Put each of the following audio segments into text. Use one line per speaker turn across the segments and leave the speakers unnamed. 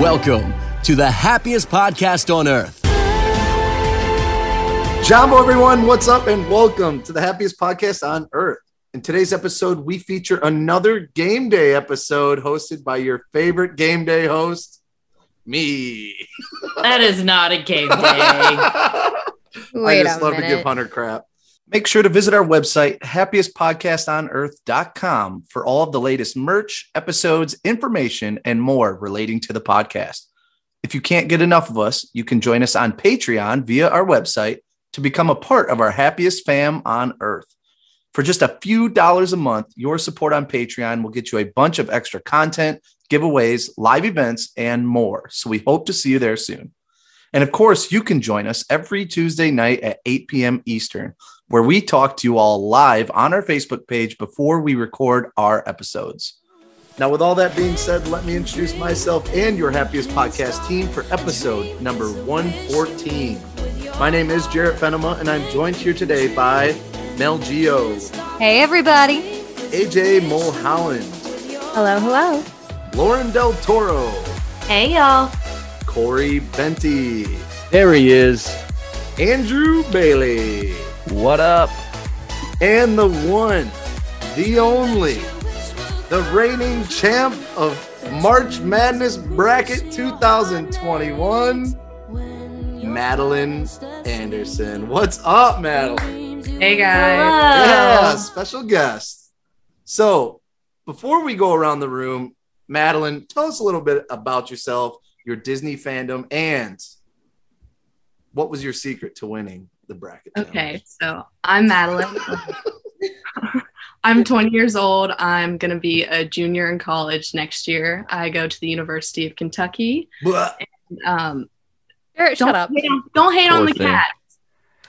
Welcome to the happiest podcast on earth.
Jumbo, everyone, what's up, and welcome to the happiest podcast on earth. In today's episode, we feature another game day episode hosted by your favorite game day host, me.
That is not a game day.
I
Wait
just
a
love
minute.
to give Hunter crap. Make sure to visit our website, happiestpodcastonearth.com, for all of the latest merch, episodes, information, and more relating to the podcast. If you can't get enough of us, you can join us on Patreon via our website to become a part of our happiest fam on earth. For just a few dollars a month, your support on Patreon will get you a bunch of extra content, giveaways, live events, and more. So we hope to see you there soon. And of course, you can join us every Tuesday night at 8 p.m. Eastern, where we talk to you all live on our Facebook page before we record our episodes. Now, with all that being said, let me introduce myself and your happiest podcast team for episode number 114. My name is Jarrett Fenema, and I'm joined here today by Mel Geo,
Hey, everybody.
AJ Mulholland,
Hello, hello.
Lauren Del Toro,
hey y'all.
Corey Benty,
There he is.
Andrew Bailey.
What up?
and the one, the only, the reigning champ of March Madness Bracket 2021, Madeline Anderson. What's up, Madeline?
Hey guys. Um,
Yeah, special guest. So, before we go around the room, Madeline, tell us a little bit about yourself, your Disney fandom, and what was your secret to winning the bracket?
Okay, so I'm Madeline. I'm 20 years old. I'm going to be a junior in college next year. I go to the University of Kentucky.
challenge?
Um,
Jarrett,
don't,
shut up.
Hate on, don't hate on
Poor
the
thing.
cats.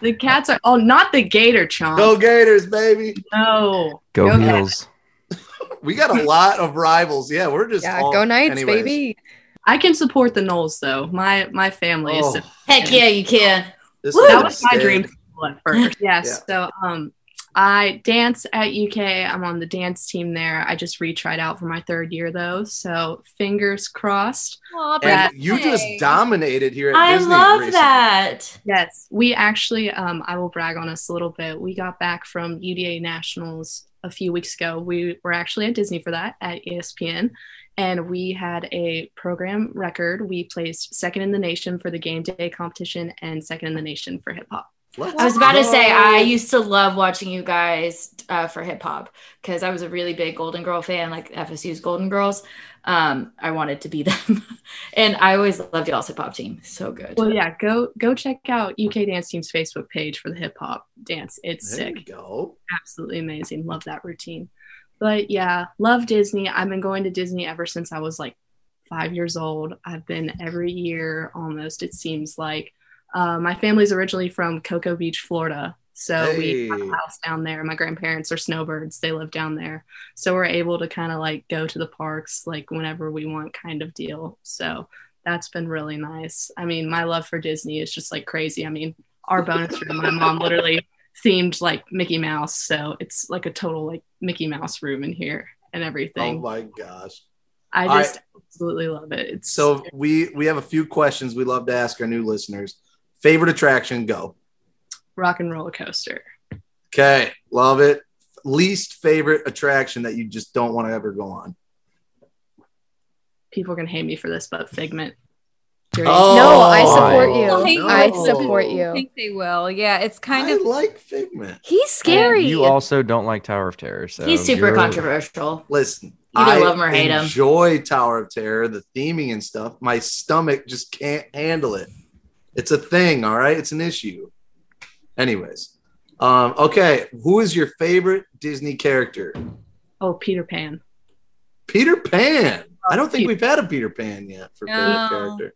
The cats are, oh, not the gator chomp.
Go Gators, baby!
No.
Go
Okay.
heels.
We got a lot of rivals. Yeah, we're just
Yeah,
all-
go Knights,
anyways.
baby.
I can support the Knolls, though. My my family
Oh,
is.
Heck yeah, you can.
this
Woo!
is
that was my
sick.
dream school at first. Yes. So um, I dance at UK. I'm on the dance team there. I just retried out for my third year though. So fingers crossed.
Aw,
And you just dominated here at
I
Disney.
love
recently.
that.
Yes. We actually um, I will brag on us a little bit. We got back from UDA Nationals a few weeks ago. We were actually at Disney for that at E ESPN. And we had a program record. We placed second in the nation for the game day competition and second in the nation for hip hop.
Let's
I was about to say
go.
I used to love watching you guys uh, for hip hop because I was a really big Golden Girl fan, like FSU's Golden Girls. Um, I wanted to be them, and I always loved y'all's hip hop team. So good.
Well, yeah, go go check out UK Dance Team's Facebook page for the hip hop dance. It's
There you
sick,
go. Oh
absolutely amazing. Love that routine. But yeah, love Disney. I've been going to Disney ever since I was like five years old. I've been every year almost. It seems like uh, my family's originally from Cocoa Beach, Florida, so we have
Hey.
a house down there. My grandparents are snowbirds; they live down there, so we're able to kind of like go to the parks like whenever we want, kind of deal. So that's been really nice. I mean, my love for Disney is just like crazy. I mean, our bonus room, my mom literally themed like Mickey Mouse, so it's like a total like Mickey Mouse room in here and
Oh
everything.
my gosh.
I
All
just absolutely love it. It's
So we we have a few questions we love to ask our new listeners. Favorite attraction? Go.
rock and roller coaster.
Okay, love it. Least favorite attraction that you just don't want to ever go on.
People are gonna hate me for this, but Figment. You're-
Oh,
No, I
support
you.
no.
Hey, I support you.
I think they will. Yeah, it's kind
I
of
like Figment.
He's scary.
You also don't like Tower of Terror, so
He's super
you're-
controversial.
Listen,
Either
I
love 'em or hate 'em.
enjoy Tower of Terror, the theming and stuff. My stomach just can't handle it. It's a thing, all right? It's an issue. Anyways, um, okay, who is your favorite Disney character?
oh, Peter Pan.
Peter Pan. I don't think
Peter-
we've had a Peter Pan yet for
No.
favorite character.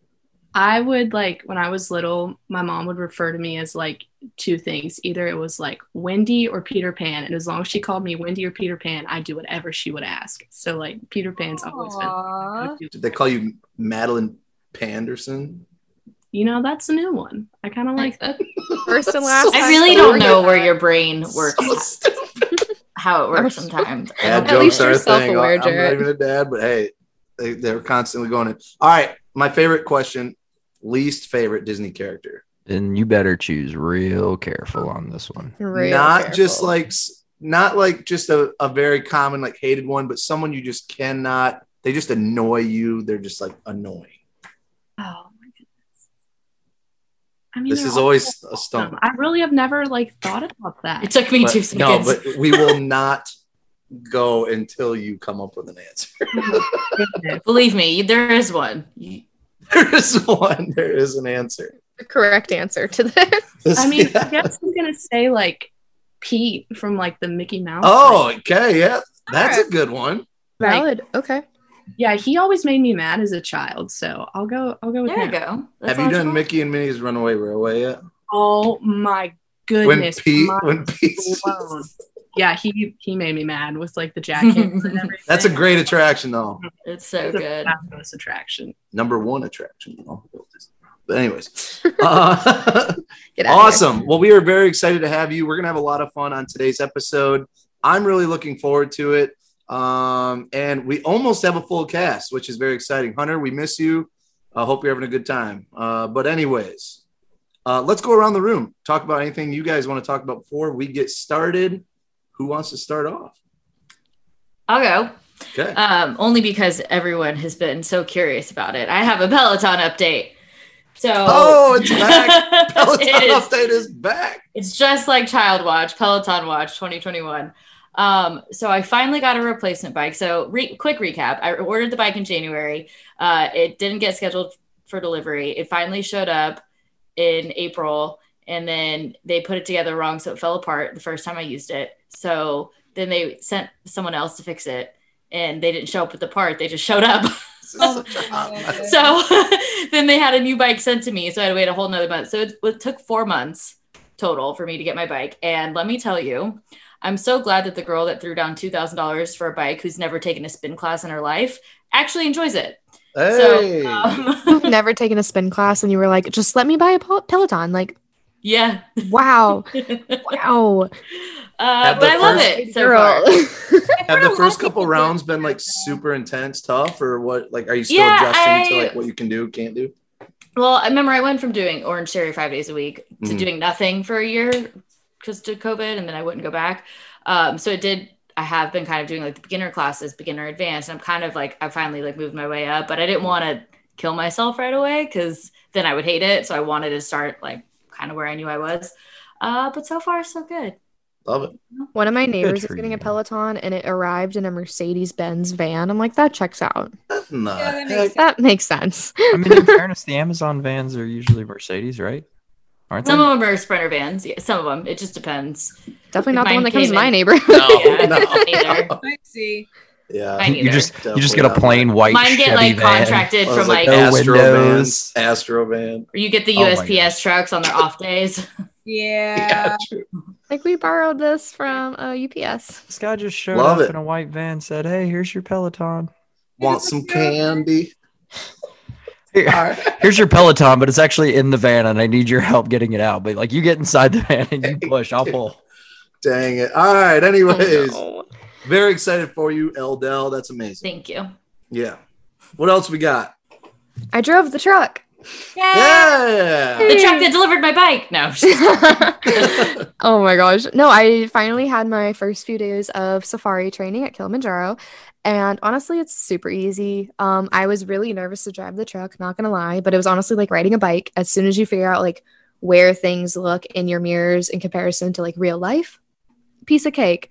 I would like when I was little, my mom would refer to me as like two things. Either it was like Wendy or Peter Pan. And as long as she called me Wendy or Peter Pan, I'd do whatever she would ask. So like Peter Pan's always been
Aw.
Did they call you Madeline Panderson?
You know, that's a new one. I kind of like that.
First and last.
I
time
really
story.
don't know where your brain works,
So
how it works sometimes. I
Dad
don't know.
least
jokes are
you're
a thing.
self-aware,
I'm not
Jarrett.
even a dad, but hey, They, they're constantly going in. All right, my favorite question: least favorite Disney character.
Then you better choose real careful on this one.
Real
not just
careful.
like s- not like just a, a very common like hated one, but someone you just cannot. They just annoy you. They're just like annoying.
Oh my goodness. I mean,
This
they're
is
all
always a
awesome.
stump.
I really have never like thought about
It
that.
took me
But-
two seconds.
no, but we will not go until you come up with an answer.
Believe me, there is one. You-
there is one. There is an answer.
the correct answer to that.
This-
I mean, I
yeah.
guess I'm gonna say like Pete from like the Mickey Mouse.
oh, okay, yeah, that's
Alright.
a good one.
Like-
Valid. Okay.
like- yeah, he always made me mad as a child, so I'll go. I'll go with
There you
him.
go. That's
Have you done
logical.
Mickey and Minnie's Runaway Railway yet?
Oh my
When
goodness!
Pete,
mind
when Pete,
blown. yeah, he he made me mad with like the jacket and everything.
that's a great attraction though.
It's so
It's a
good.
fabulous attraction.
Number one attraction. in all of Walt Disney World. But anyways, uh,
Get out of here.
awesome. Well, we are very excited to have you. We're gonna have a lot of fun on today's episode. I'm really looking forward to it. Um, and we almost have a full cast, which is very exciting. Hunter, we miss you. I hope you're having a good time. Uh, but anyways, uh, let's go around the room. Talk about anything you guys want to talk about before we get started. Who wants to start off?
I'll go.
Okay.
Um, only because everyone has been so curious about it. I have a Peloton update. So
oh, it's back. Peloton
It is.
update is back.
It's just like Child Watch, Peloton Watch 2021. Um, so I finally got a replacement bike. So re- quick recap: I ordered the bike in January. Uh, it didn't get scheduled for delivery. It finally showed up in April, and then they put it together wrong, so it fell apart the first time I used it. So then they sent someone else to fix it, and they didn't show up with the part. They just showed up.
This is such a hot mess.
So then they had a new bike sent to me. So I had to wait a whole nother month. So it, it took four months total for me to get my bike. And let me tell you, I'm so glad that the girl that threw down $2,000 for a bike who's never taken a spin class in her life actually enjoys it.
Hey.
So, um,
You've never taken a spin class and you were like, just let me buy a Pel- Peloton. Like,
yeah.
wow.
uh,
Wow.
Have
but
the
I love
first-
it. So far.
Have
There
the
were a
first
lot of
couple
people
rounds
that-
been like super intense, tough, or what? Like, are you still
Yeah,
adjusting
I-
to like what you can do, can't do?
Well, I remember I went from doing orange cherry five days a week to
Mm-hmm.
Mhm.
doing nothing for a year because to COVID, and then I wouldn't go back. Um, so it did. I have been kind of doing like the beginner classes, beginner advanced. And I'm kind of like I finally like moved my way up, but I didn't want to kill myself right away because then I would hate it. So I wanted to start like kind of where I knew I was. Uh, but so far, so good.
Love it.
One of my neighbors is
for
getting a
you.
Peloton and it arrived in a Mercedes Benz van. I'm like, that checks out.
That's not.
Yeah, that makes
heck-
sense.
That makes sense.
I mean, in fairness, the Amazon vans are usually Mercedes, right? Aren't they?
Some of them are sprinter vans. Yeah, some of them. It just depends.
Definitely not the
Mine
one that comes
came
in my
in.
neighborhood.
No,
Yeah,
no.
neither.
I see.
yeah.
Mine
you
either.
just you just get a
Definitely
plain white
Mine get
Chevy
like
van.
I
contracted
was
from
like,
like,
No
Astro
windows.
Van, Astro Van.
or you get the
Oh my
USPS trucks on their off days.
Yeah.
true.
like, we borrowed this from uh, UPS.
This guy just showed
Love
up
it.
in a white van, said, "Hey, here's your Peloton.
Want some candy?
Here-
All right.
here's your Peloton, but it's actually in the van, and I need your help getting it out. But like, you get inside the van and you push, I'll pull.
Dang it. All right. Anyways,
Oh,
very excited for you, Eldell. That's amazing.
Thank you.
Yeah. What else we got?
no. I drove the truck.
Yeah.
The truck that delivered my bike. No.
oh my gosh. No, I finally had my first few days of safari training at Kilimanjaro. And honestly, it's super easy. Um, I was really nervous to drive the truck, not gonna lie, but it was honestly like riding a bike. As soon as you figure out like where things look in your mirrors in comparison to like real life, piece of cake.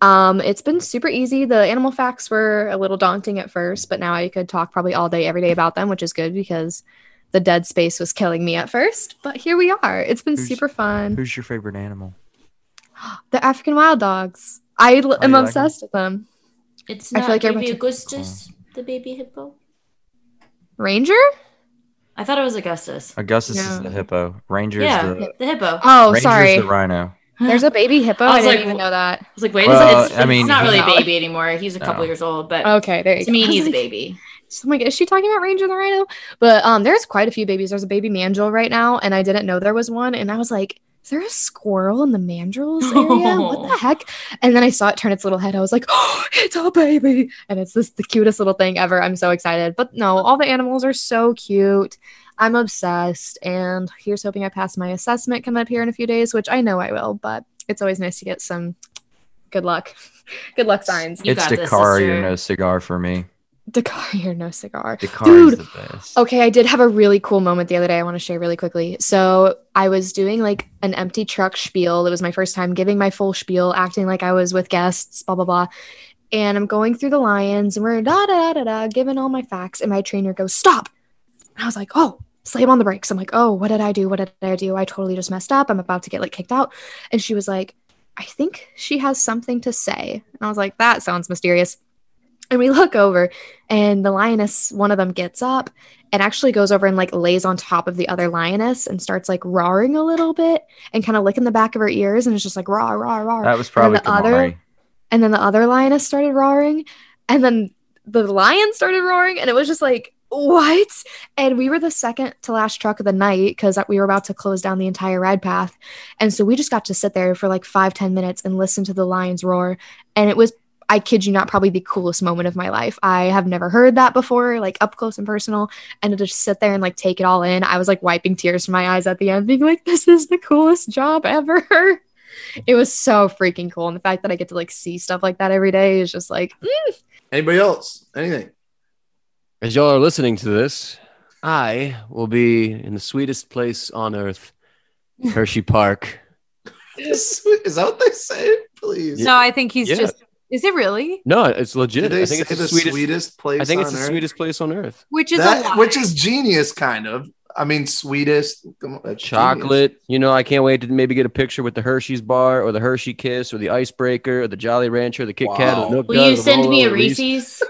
Um, it's been super easy. The animal facts were a little daunting at first, but now I could talk probably all day, every day about them, which is good because the dead space was killing me at first. But here we are. It's been
Who's-
super fun.
Who's your favorite animal?
The African wild dogs. I l-
Oh,
am
you like
obsessed with them.
It's
I
not
feel like Oh.
baby
everyone's-
Augustus, the baby hippo.
Ranger?
I thought it was Augustus.
Augustus is
No.
the hippo. Ranger's
yeah,
the
the hippo. I
Oh,
Ranger's
sorry.
the rhino.
There's a baby hippo.
I
I,
was
didn't
like,
even know that.
was like, wait
Well,
a second. It's,
I mean,
it's not really a
he's-
baby anymore. He's a couple
No.
years old, but
Okay, there
to
you go.
me,
I was
he's a
like-
baby.
So I'm like, is she talking about Ranger the Rhino? But um, there's quite a few babies. There's a baby mandrill right now, and I didn't know there was one. And I was like, is there a squirrel in the mandrels area? What the heck? And then I saw it turn its little head. I was like, oh, it's a baby. And it's this the cutest little thing ever. I'm so excited. But no, all the animals are so cute. I'm obsessed. And here's hoping I pass my assessment coming up here in a few days, which I know I will, but it's always nice to get some good luck. good luck signs.
You
it's
got this,
Dakar,
sister.
you're no cigar for me.
Dakar, you're no cigar.
Dakar
Dude, oh,
is the best.
Okay, I did have a really cool moment the other day I want to share really quickly. So I was doing like an empty truck spiel. It was my first time giving my full spiel, acting like I was with guests, blah, blah, blah. And I'm going through the lions and we're da da da da da, giving all my facts. And my trainer goes, Stop. And I was like, Oh, slam on the brakes. I'm like, Oh, what did I do? What did I do? I totally just messed up. I'm about to get like kicked out. And she was like, I think she has something to say. And I was like, That sounds mysterious. And we look over, and the lioness, one of them gets up and actually goes over and like lays on top of the other lioness and starts like roaring a little bit and kind of licking the back of her ears. And it's just like, rah, rah, rah.
That was probably
the other-
Kamari.
And then the other lioness started roaring. And then the lion started roaring. And it was just like, what? And we were the second to last truck of the night because we were about to close down the entire ride path. And so we just got to sit there for like five ten minutes and listen to the lion's roar. And it was, I kid you not, probably the coolest moment of my life. I have never heard that before, like up close and personal. And to just sit there and like take it all in, I was like wiping tears from my eyes at the end, being like, this is the coolest job ever. It was so freaking cool. And the fact that I get to like see stuff like that every day is just like, mm,
Anybody else? Anything?
As y'all are listening to this, I will be in the sweetest place on earth, Hershey Park.
Is that what they say? Please.
No, I think he's
Yeah.
just. Is it really?
No, it's legit.
Did they
I think it's
say
the,
the
sweetest.
sweetest, place?
I think it's
on
the
earth?
sweetest place on earth.
Which is a
That,
lie.
which is genius, kind of. I mean, sweetest. Come on, that's
Chocolate. You know, I can't wait to maybe get a picture with the Hershey's bar or the Hershey Kiss or the Icebreaker or the Jolly Rancher, the Kit Kat, or
Wow.
the Milk
Will
Dud,
you
the
send
Rolo,
me a
the Reese.
Reese's?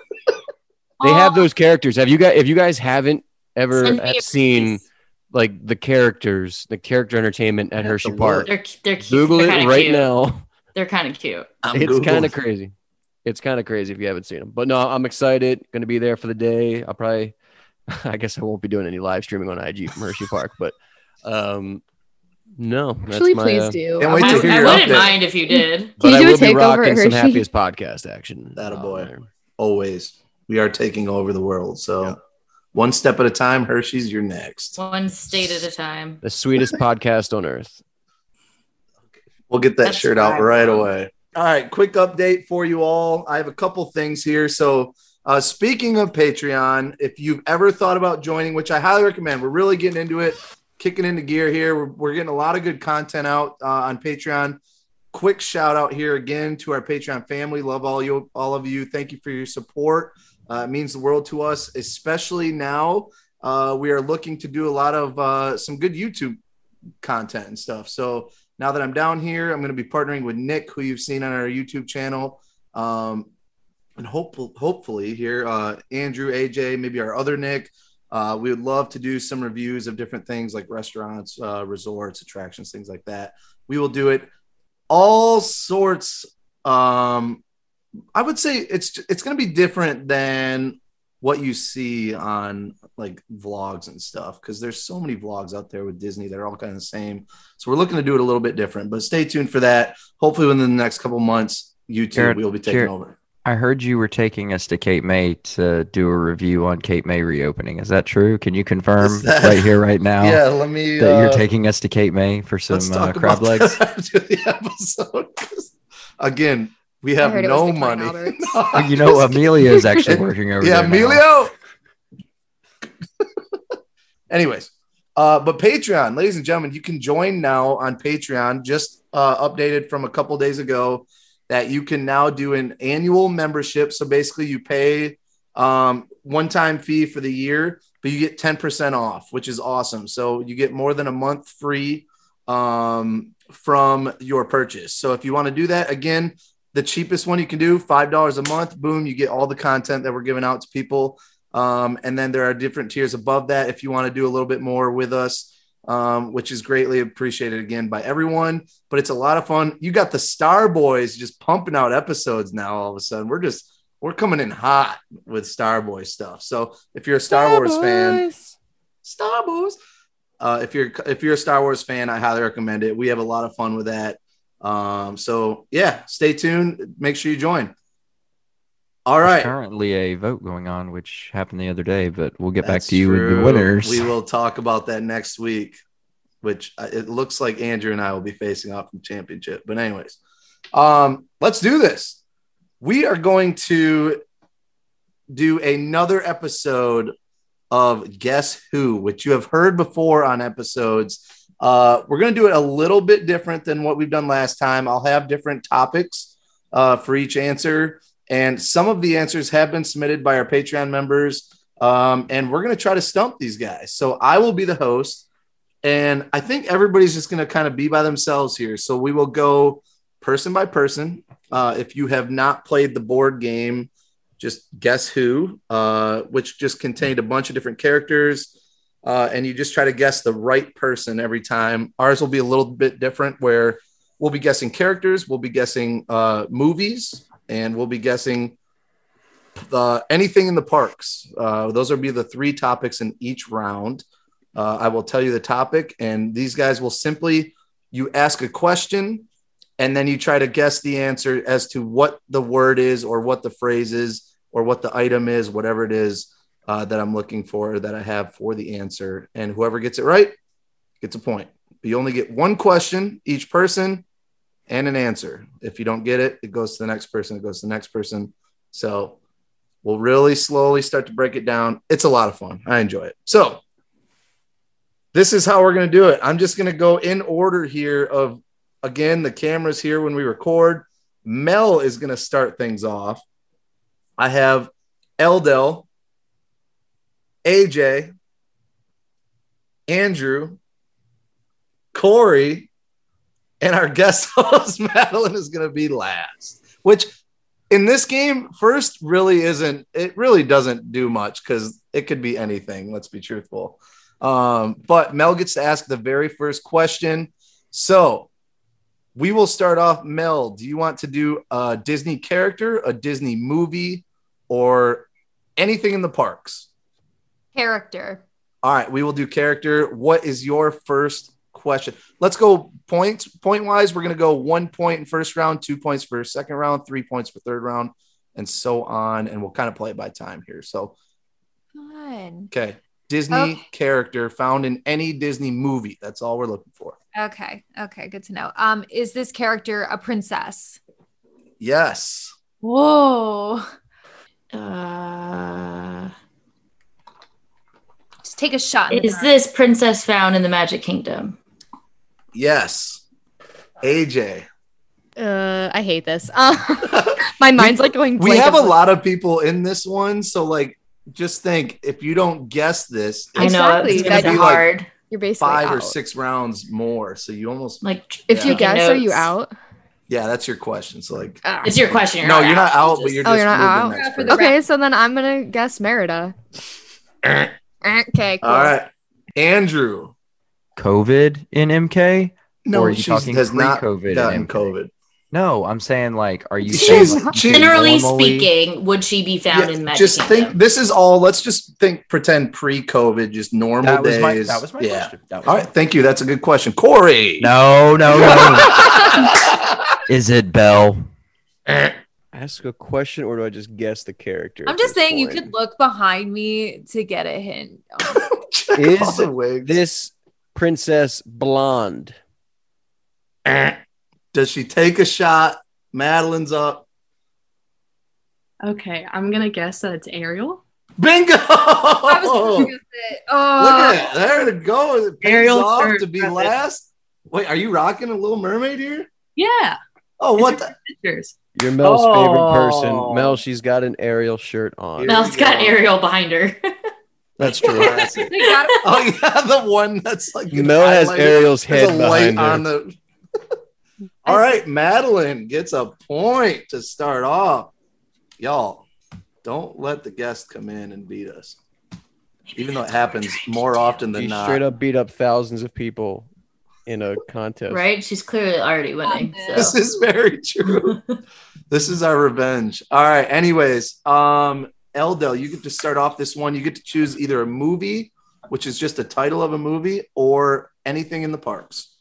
They have those characters. Have you guys? If you guys haven't ever
Send me a
seen
Reese's.
like the characters, the character entertainment at
Have
Hershey
to
Park.
They're cu- they're cute.
Google
they're
it
kinda
right
cute.
now.
They're kind of cute.
genius. I'm
it's kind
Googling.
of crazy. It's kind of crazy if you haven't seen them. But no, I'm excited. Going to be there for the day. I'll probably, I guess I won't be doing any live streaming on IG from Hershey Park, but um, no,
actually,
that's my,
please
uh,
do.
Can't
I
wait
I,
to
wanna-
hear
I
your
wouldn't
update.
mind if you did.
But
you
I
do a
will be
takeover at
rocking some
Hershey?
happiest podcast action. Oh,
That'll
out
boy.
there.
Always. We are taking over the world. So one step at a time, Hershey's, you're next.
One state at a time.
The sweetest podcast on earth.
We'll get that
That's
shirt
what
out
I
right
want.
away. All right, quick update for you all. I have a couple things here. So, uh, speaking of Patreon, if you've ever thought about joining, which I highly recommend, we're really getting into it, kicking into gear here. We're, we're getting a lot of good content out uh, on Patreon. Quick shout out here again to our Patreon family. Love all you, all of you. Thank you for your support. Uh, it means the world to us, especially now. Uh, we are looking to do a lot of uh, some good YouTube content and stuff. So, now that I'm down here, I'm going to be partnering with Nick, who you've seen on our YouTube channel, um, and hope, hopefully here uh, Andrew, AJ, maybe our other Nick. Uh, we would love to do some reviews of different things like restaurants, uh, resorts, attractions, things like that. We will do it all sorts. Um, I would say it's it's going to be different than what you see on like vlogs and stuff because there's so many vlogs out there with Disney. They're all kind of the same. So we're looking to do it a little bit different, but stay tuned for that. Hopefully, within the next couple months, YouTube
Jared,
will be taking
Jared.
over.
I heard you were taking us to Cape May to do a review on Cape May reopening. Is that true? Can you confirm
Is that-
right here, right now,
Yeah, let me.
that
uh,
you're taking us to Cape May for some
let's
uh,
talk
crab
about
legs?
that after the episode. 'cause, Again, we have
heard it was
no
the Klein
money.
Alberts.
No,
Oh,
I'm
you know,
just
Amelia is actually working over
yeah,
there. now.
Emilio. Anyways, uh, but Patreon, ladies and gentlemen, you can join now on Patreon. Just uh, updated from a couple days ago that you can now do an annual membership. So basically, you pay um, one time fee for the year, but you get ten percent off, which is awesome. So you get more than a month free um, from your purchase. So if you want to do that, again, the cheapest one you can do five dollars a month boom you get all the content that we're giving out to people um, and then there are different tiers above that if you want to do a little bit more with us um, which is greatly appreciated again by everyone but it's a lot of fun you got the star boys just pumping out episodes now all of a sudden we're just we're coming in hot with star boy stuff so if you're a star, wars fan Star Wars. Uh, if you're if you're a Star Wars fan, I highly recommend it. We have a lot of fun with that. Um, so yeah, stay tuned. Make sure you join. All
There's
right,
Currently a vote going on, which happened the other day, but we'll get
That's
back to you with
true.
the winners.
We will talk about that next week, which uh, it looks like Andrew and I will be facing off in championship. But anyways, um, let's do this. We are going to do another episode of Guess Who, which you have heard before on episodes. Uh, we're going to do it a little bit different than what we've done last time. I'll have different topics uh, for each answer. And some of the answers have been submitted by our Patreon members. Um, and we're going to try to stump these guys. So I will be the host. And I think everybody's just going to kind of be by themselves here. So we will go person by person. Uh, if you have not played the board game, just guess who, uh, which just contained a bunch of different characters. Uh, and you just try to guess the right person every time. Ours will be a little bit different where we'll be guessing characters, we'll be guessing uh, movies, and we'll be guessing the anything in the parks. Uh, those will be the three topics in each round. Uh, I will tell you the topic, and these guys will simply you ask a question, and then you try to guess the answer as to what the word is, or what the phrase is, or what the item is, whatever it is uh, that I'm looking for, or that I have for the answer. And whoever gets it right gets a point. But you only get one question each person and an answer. If you don't get it, it goes to the next person. It goes to the next person. So we'll really slowly start to break it down. It's a lot of fun. I enjoy it. So this is how we're going to do it. I'm just going to go in order here of again, the camera's here when we record. Mel is going to start things off. I have Eldel, AJ, Andrew, Corey, and our guest host, Madeline, is going to be last, which in this game, first really isn't it really doesn't do much because it could be anything, let's be truthful. Um, but Mel gets to ask the very first question. So we will start off. Mel, do you want to do a Disney character, a Disney movie, or anything in the parks?
Character.
All right, we will do character. What is your first question? Let's go points, point wise. We're going to go one point in first round, two points for second round, three points for third round, and so on. And we'll kind of play it by time here. So,
Fun.
okay, Disney
Okay.
character found in any Disney movie. That's all we're looking for.
Okay. Okay. Good to know. Um, is this character a princess?
Yes.
Whoa.
Uh,
Just take a shot. in the
is
dark.
this princess found in the Magic Kingdom?
Yes. AJ.
Uh, I hate this. Uh, my mind's like going.
We
blank
have a
of-
lot of people in this one. So, like, just think if you don't guess this,
I
it's
know
Exactly,
it's
that'd
gonna be
be like-
hard.
You're basically
five or
out.
six rounds more. So, you almost,
Like, uh,
If you
Yeah.
guess, are you
notes.
out?
yeah, that's your question. So, like,
It's your question.
no, you're not out, but
Just-
you're
Oh,
just
you're not out?
moving next
For the
person.
rest-
Okay, so then I'm gonna guess Merida.
okay. Cool.
All right, Andrew.
COVID in MK?
No,
Or are you
she's-
talking
has not
pre-COVID
gotten
and-
COVID.
No, I'm saying like, are you?
She's-
saying, like,
she's-
you
Generally
normally-
speaking, would she be found
Yeah,
in Magic
just
Kingdom?
think. This is all. Let's just think. Pretend pre-COVID, just normal
That was
days.
my. That was my
yeah.
question. That was
All
my-
right, thank you. That's a good question, Corey.
No, no, no. Is it Bell?
Ask a question, or do I just guess the character?
I'm
at
just
this
saying you
point?
could look behind me to get a hint.
Check
Is
all the wigs.
This princess blonde.
Does she take a shot? Madeline's up.
Okay, I'm gonna guess that it's Ariel.
Bingo!
I was gonna
Look
guess it. Oh,
at it. There it goes. It pays
Ariel's
off
third.
to be last. Wait, are you rocking a Little Mermaid here?
Yeah,
Oh, what? The-
pictures.
You're Mel's favorite
Oh.
person. Mel, she's got an Ariel shirt on.
Mel-
Mel's got Ariel behind her.
That's
true. That's it.
they got it.
Oh yeah, the one that's like
Mel has
highlighted.
Ariel's
There's
head
a light
behind her.
on the. All right, Madeline gets a point to start off. Y'all, don't let the guests come in and beat us, even though it happens more often than
She
not.
straight up beat up thousands of people in a contest.
Right? She's clearly already winning.
This
So.
is very true. this is our revenge. All right. Anyways, um, Eldo, you get to start off this one. You get to choose either a movie which is just the title of a movie or anything in the parks?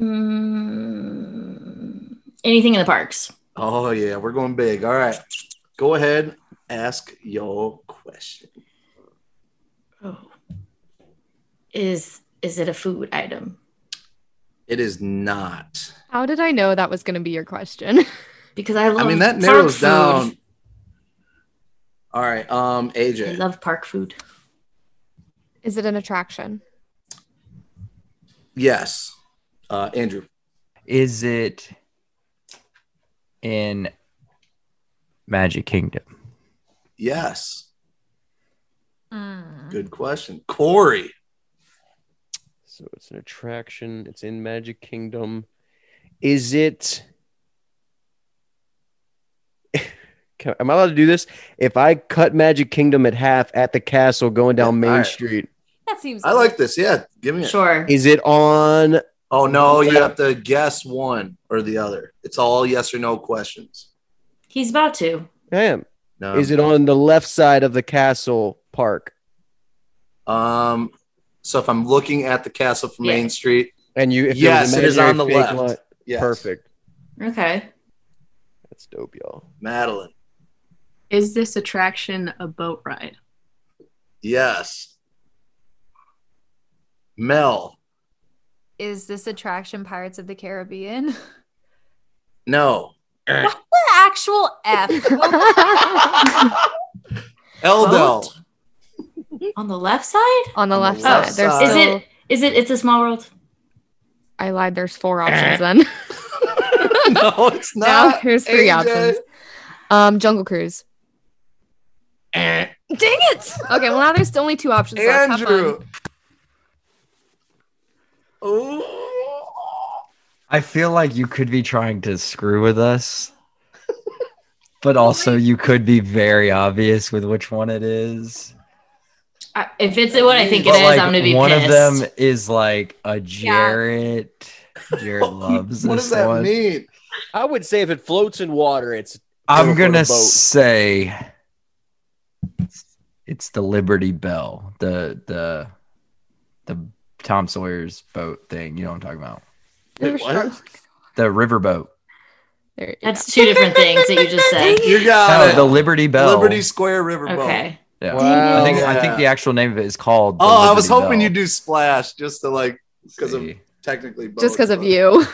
Mm, anything in the parks.
Oh yeah, we're going big. All right. Go ahead, ask your question.
Oh. Is is it a food item?
It is not.
How did I know that was going to be your question?
Because I love.
I mean that
park
narrows
food.
down. All right, um
I
AJ.
love park food.
Is it an attraction?
yes. Uh Andrew.
Is it in Magic Kingdom?
Yes.
Mm.
Good question. Corey.
So it's an attraction. It's in Magic Kingdom. Is it? Can, am I allowed to do this? If I cut Magic Kingdom at half at the castle going down
Yeah,
Main
all right.
Street,
That seems.
I like this. Yeah, give me it.
Sure.
is it on?
Oh no, you have to guess one or the other. It's all yes or no questions.
He's about to.
I am.
No.
Is it on the left side of the castle park?
Um, so if I'm looking at the castle from
Yeah.
Main Street,
And you, if
Yes,
there
it
was
is
a
on the
fake
left.
line-
yes.
Perfect.
Okay.
That's dope, y'all.
Madeline,
Is this attraction a boat ride?
yes. Mel,
Is this attraction Pirates of the Caribbean?
no.
what the actual f?
Eldel,
On the left side?
On
On the
the
left
left
side. There's
side.
Is
still,
it is it it's a small world?
I lied. There's four options then.
no, it's
now
not.
here's three
AJ.
options. Um, Jungle Cruise.
Eh.
Dang it! Okay, well now there's only two options left. Have
Andrew.
fun.
Oh,
I feel like you could be trying to screw with us, but also you could be very obvious with which one it is.
I, if it's what I think it
But,
is,
like,
I'm gonna be
one
pissed.
of them is like a Jarrett. Jarrett loves
what
this
does that
one.
mean?
I would say if it floats in water, it's Or
I'm
a
gonna
boat.
say it's the Liberty Bell, the the the Tom Sawyer's boat thing. You know what I'm talking about?
Wait,
There's
what?
struggling.
The riverboat.
There, yeah.
That's two different things that you just said.
You
No,
got
the
it.
Liberty Bell.
Liberty Square Riverboat.
Okay.
Yeah.
Wow.
I think I
Yeah.
think the actual name of it is called. the
Oh, I was
Liberty
hoping
Bell.
you do splash just to like because of
See.
technically both,
Just because of
but-
you.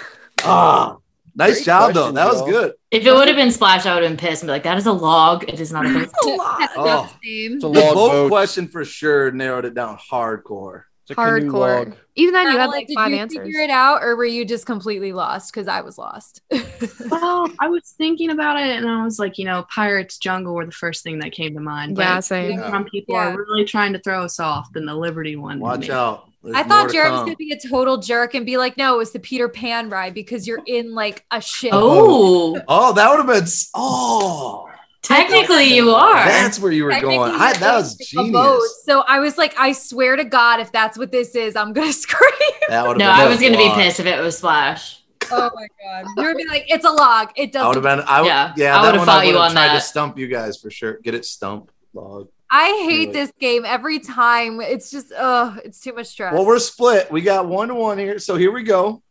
Ah, nice
Great
job though.
question,
That was
y'all.
good.
If it would have been splash, I would have been pissed and be like, that is a log. It is not a boat.
That's
Oh.
not the same.
it's a
The
log
boat,
boat.
question for sure narrowed it down hardcore.
It's a canoe
Hardcore.
log.
Even then, you
Madeline,
had like
did
five
you
answers.
figure it out, or were you just completely lost? Because I was lost.
Well, I was thinking about it and I was like, you know, Pirates Jungle were the first thing that came to mind.
Yeah,
But
same.
Yeah.
some people
Yeah.
are really trying to throw us off than the Liberty one. to
Watch
me.
out. There's
I
more
thought
to
Jared was
come.
gonna be a total jerk and be like, "No, it was the Peter Pan ride because you're in like a ship."
Oh,
Oh, that would have been. s- Oh,
technically you are.
that's where you were
Technically,
going. I,
you're
that
in
was
a boat.
genius.
So I was like, I swear to God, if that's what this is, I'm gonna scream.
That would have
no,
been.
I was gonna be
flawed.
pissed if it was splash.
Oh my God, you're gonna be like, "It's a log. It
I would
doesn't."
have been. I would, yeah,
Yeah, I
that
would've
one
fought
I
you
would have
on
tried to
that.
stump you guys for sure. Get it stump log.
I hate
Really.
this game every time. It's just, oh, it's too much stress.
Well, we're split. We got one to one here. So here we go.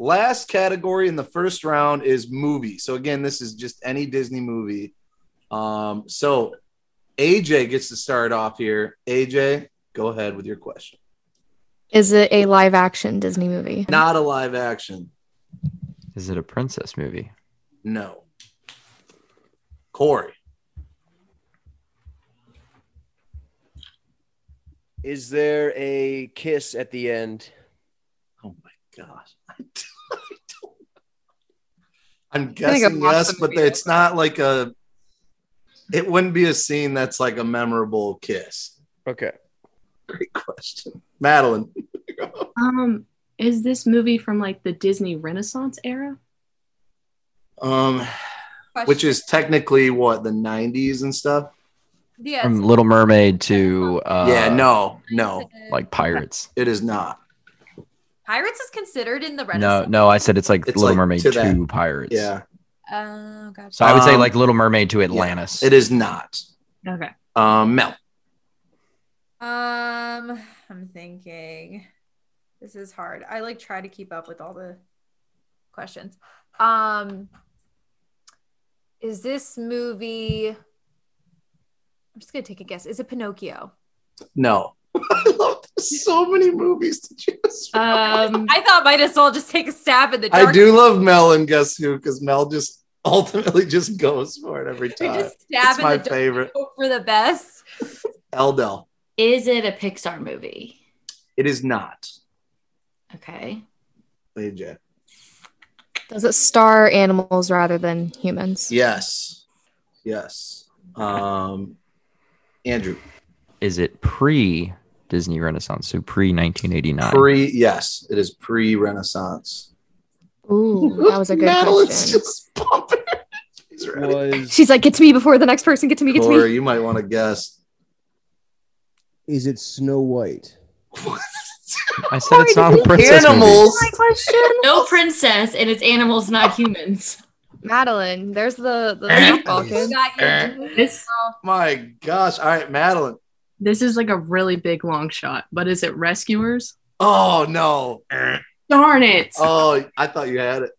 Last category in the first round is movie. So again, this is just any Disney movie. Um, so AJ gets to start off here. AJ, go ahead with your question.
Is it a live action Disney movie?
Not a live action.
Is it a princess movie?
No. Corey.
Is there a kiss at the end?
Oh my gosh. I don't- I don't- I'm
gonna go
guessing
watch
yes,
the
but
movie.
it's not like a. It wouldn't be a scene that's like a memorable kiss.
Okay.
Great question. Madeline.
Um, is this movie from like the Disney Renaissance era?
Um, which is technically what the 90s and stuff.
yeah,
From
it's-
Little Mermaid to uh,
yeah, no, no,
like pirates.
it is not.
pirates is considered in the
No,
Renaissance.
no, I said it's like
It's
Little
like
Mermaid
to
to
that.
pirates.
Yeah,
Oh, gotcha.
So I would say
Um,
like Little Mermaid to Atlantis.
it is not.
Okay.
Um, Mel.
Um, I'm thinking. This is hard. I like try to keep up with all the questions. Um,
Is this movie? I'm just gonna take a guess. Is it Pinocchio?
No. I love there's so many movies to choose.
Uh,
from.
Um,
I thought might as well just take a stab at the dark.
I do love Mel and Guess Who because Mel just ultimately just goes for it every
We
time.
just stab
Uh, it's
in
my
the dark
favorite.
hope for the best.
Eldel.
Is it a Pixar movie?
It is not.
Okay.
AJ.
Does it star animals rather than humans?
Yes. Yes. Um, Andrew.
Is it pre Disney Renaissance? So pre 1989.
Pre, yes, it is pre Renaissance.
Ooh, that was a good
Madeline's
question.
just pumping. her. She's ready.
Was
She's like, get to me before the next person. Get to me. Get to
Corey,
me.
you might want to guess.
is it Snow White?
I said it's not a princess
Animals.
My question.
No princess, and it's animals, not humans.
Madeline, there's the the softball
You
kid.
got your-
This
My gosh. All right, Madeline.
this is like a really big long shot, but is it rescuers?
Oh, no.
Darn it!
Oh, I thought you had it.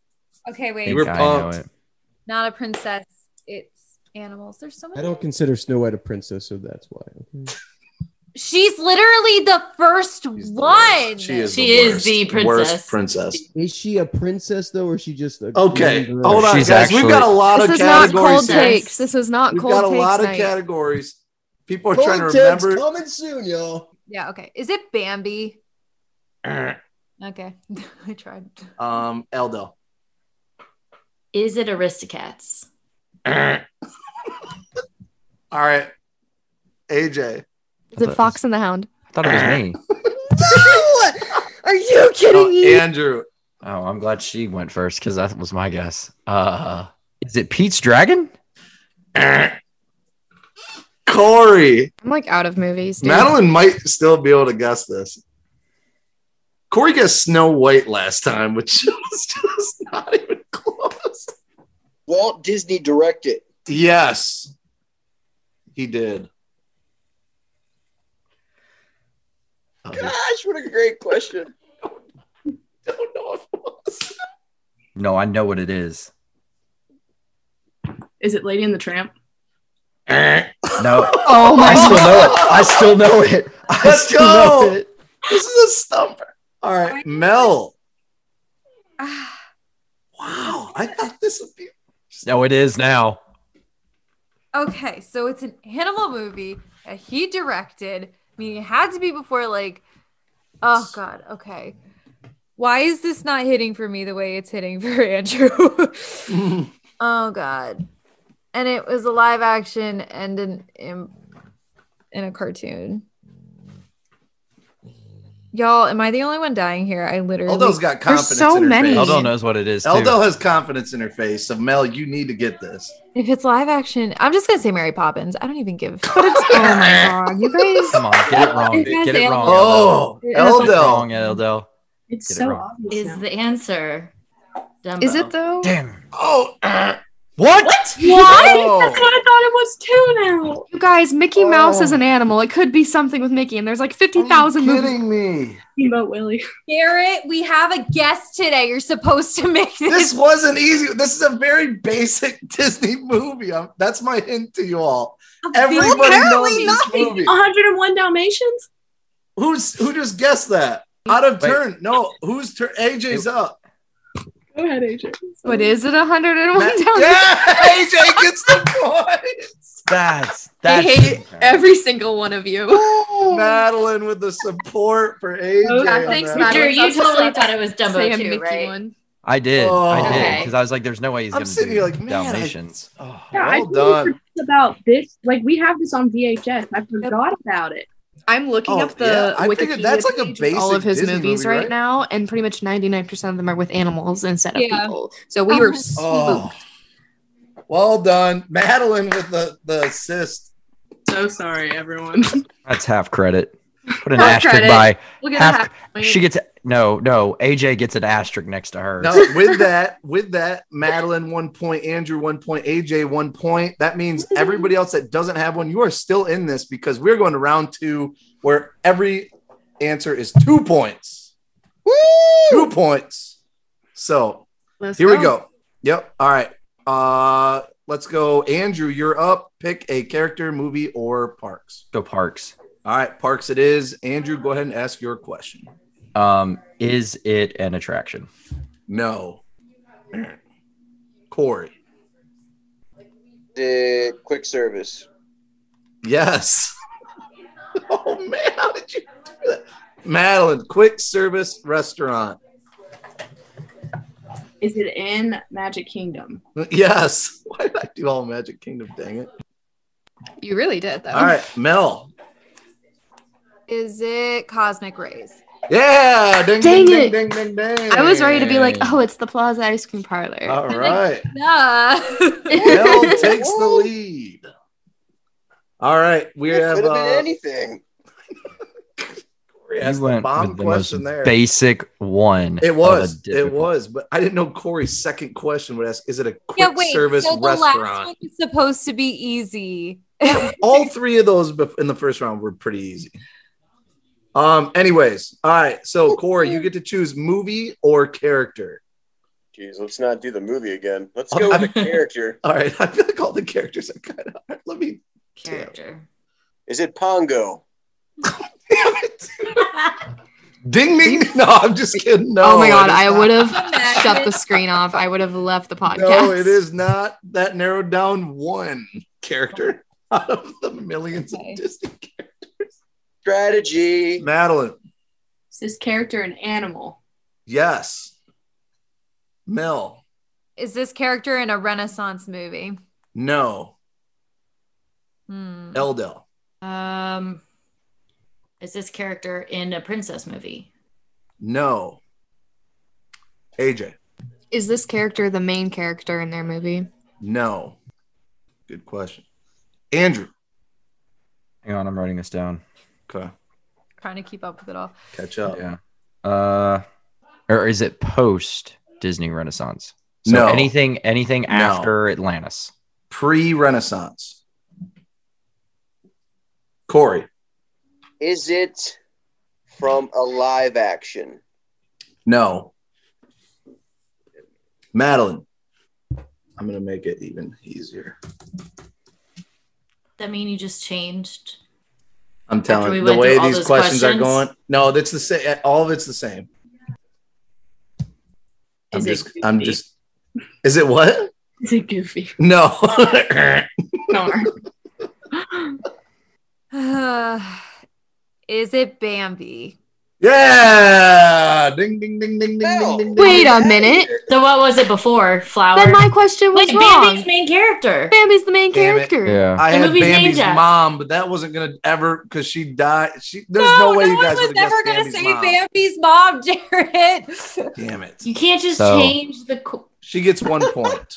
Okay,
movie.
wait.
You were
I think I know
pumped.
it.
not a princess. It's animals. There's so many.
I don't consider Snow White a princess, so that's why.
She's literally the first
She's the
one.
worst. She is,
She
the,
is
worst,
the princess.
Worst princess.
Is she a princess though, or is she just a
Okay,
grown girl?
hold on,
She's
guys. We've
actually-
got a lot
This
of
is not cold
categories. here.
takes. This is not
We've
cold
got a
takes
lot of
night.
categories. People are
Cold
trying to
takes
remember.
coming soon, y'all.
Yeah, okay. Is it Bambi? Okay. I tried.
Um, Eldo.
Is it Aristocats?
All right, AJ.
Is it Fox and the Hound?
I thought it was me.
No! Are you
No,
kidding me?
Andrew.
Oh, I'm glad she went first because that was my guess. Uh, is it Pete's Dragon?
Corey.
I'm like out of movies. Dude.
Madeline might still be able to guess this. Corey guessed Snow White last time, which was just not even close.
Walt Disney directed.
Yes, he did. Oh, he-
Gosh, what a great question.
don't know if it was.
No, I know what it is.
Is it Lady and the Tramp?
No,
Oh
I still know it. I still know it. I
Let's
still
go.
know it.
This is a stumper. All right, Mel. Wow, I thought this would be.
No, it is now.
Okay, so it's an animal movie that he directed. I mean, it had to be before like, oh god. Okay, why is this not hitting for me the way it's hitting for Andrew? oh god. And it was a live action and an in, in a cartoon. Y'all, am I the only one dying here? I literally
Eldo's got confidence.
so
in her
many.
Face.
Eldo knows what it is. Too.
Eldo has confidence in her face. So Mel, you need to get this.
If it's live action, I'm just gonna say Mary Poppins. I don't even give. But it's, oh my god, you guys!
Come on, get it wrong.
It has
Get it wrong.
Oh,
Eldo. Get it wrong,
Eldo.
Eldo.
It's
Get it
so
wrong.
obvious.
Is
now.
the answer Dumbo?
Is it though?
Damn.
Oh, uh,
What?
what?
That's what I thought it was too. Now
You guys, Mickey Mouse
Oh.
is an animal. It could be something with Mickey, and there's like fifty thousand movies.
kidding me.
Steamboat Willie.
Garrett, we have a guest today. You're supposed to make this.
This wasn't easy. This is a very basic Disney movie. i that's my hint to you all. Everybody knows
Apparently
this
not.
movie.
101 Dalmatians.
Who's who just guessed that? Out of
Wait.
turn. No, who's turn? AJ's up.
Go ahead, AJ.
What is it? hundred and one
Ma-
down.
yeah, AJ gets the point.
That's
I
that's
hate every single one of you.
Madeline with the support for AJ.
Oh, yeah,
on
thanks,
that.
Drew,
Madeline.
you
Sounds
totally
like
thought it was Dumbo
Say a
too,
Mickey
right?
one.
I did. I did
Okay.
because I was like, "There's no way he's
Oh. I'm
gonna
sitting
do
here like, man, I-
Dalmatians."
Oh,
Yeah, I
well
totally
done.
forgot about this. Like we have this on VHS. I forgot about it.
I'm looking
Oh,
up the
yeah, I figured
Wikipedia
that's like a
page with all
basic
of his
Disney
movies
movie,
right,
right?
now, and pretty much 99% of them are with animals instead of
Yeah.
people. So we were spooked.
Oh, well done, Madeline with the the assist.
So sorry, everyone.
That's half credit. Put an
Half
asterisk
credit.
by.
We'll get a
Half,
half point.
she gets no, no. AJ gets an asterisk next to her.
Now, with that, with that, Madeline one point, Andrew one point, AJ one point. That means everybody else that doesn't have one, you are still in this because we're going to round two, where every answer is two points. Two points. So
Let's
here we go. Yep. All right. Uh, let's go, Andrew. You're up. Pick a character, movie, or parks.
Go Parks.
All right, parks. It is Andrew. Go ahead and ask your question.
Um, is it an attraction?
No. Corey.
Did quick service.
Yes. oh man, how did you do that? Madeline, quick service restaurant.
Is it in Magic Kingdom?
Yes. Why did I do all Magic Kingdom? Dang it.
You really did though.
All right, Mel.
Is it cosmic rays?
Yeah. Ding,
Dang
ding,
it.
Ding, ding, ding, ding.
I was ready to be like, oh, it's the Plaza Ice Cream Parlor.
All right.
Nah.
Mel takes the lead. All right. We
It
have
could have been
uh,
anything.
Corey
You
asked the
went
bomb
with the most
question there.
basic one.
It
of
was.
the
It
difficult-
was. But I didn't know Corey's second question would ask, is it a quick
yeah, wait.
service
so the last
restaurant?
one is supposed to be easy.
All three of those bef- in the first round were pretty easy. Um, anyways, all right. So Corey, you get to choose movie or character.
Jeez, let's not do the movie again. Let's go with a character.
All right. I feel like all the characters are kind of hard. Let me
character.
Is it Pongo?
damn it. ding ding. No, I'm just kidding. No.
oh my god,
it is
I
not.
would have shut the screen off. I would have left the podcast.
No, it is not that narrowed down one character out of the millions
Okay.
of Disney characters.
Strategy.
Madeline.
Is this character an animal?
Yes. Mel,
is this character in a Renaissance movie?
no.
Hmm.
Eldel,
Um, is this character in a princess movie?
no. AJ,
Is this character the main character in their movie?
no. Good question. Andrew,
Hang on, I'm writing this down.
okay.
Trying to keep up with it all.
Catch up.
Yeah. Uh, or is it post Disney Renaissance? So
No.
anything, anything
No.
after Atlantis?
Pre Renaissance. Corey,
Is it from a live action?
no. Madeline, I'm going to make it even easier.
That mean you just changed.
I'm telling
we
you, the
went
way
through all
these
those
questions, are
questions?
going. No, that's the same. All of it's the same. I'm
Is it
just, I'm
goofy?
just, is it what?
Is it Goofy?
No.
Darn.
is it Bambi?
yeah. Ding, ding, ding, ding, ding, ding,
No.
ding, ding.
Wait a minute.
So what was it before? Flower.
Then my question was
Wait,
wrong.
Bambi's main character.
Bambi's the main
Damn it.
character.
Yeah.
I
The
had
movie's named
Bambi's
that.
mom, but that wasn't gonna ever because she died. She there's no, way you guys would have guessed Bambi's mom.
Bambi's mom, Jared.
Damn it.
You can't just
So-
change the. Co-
She gets one point.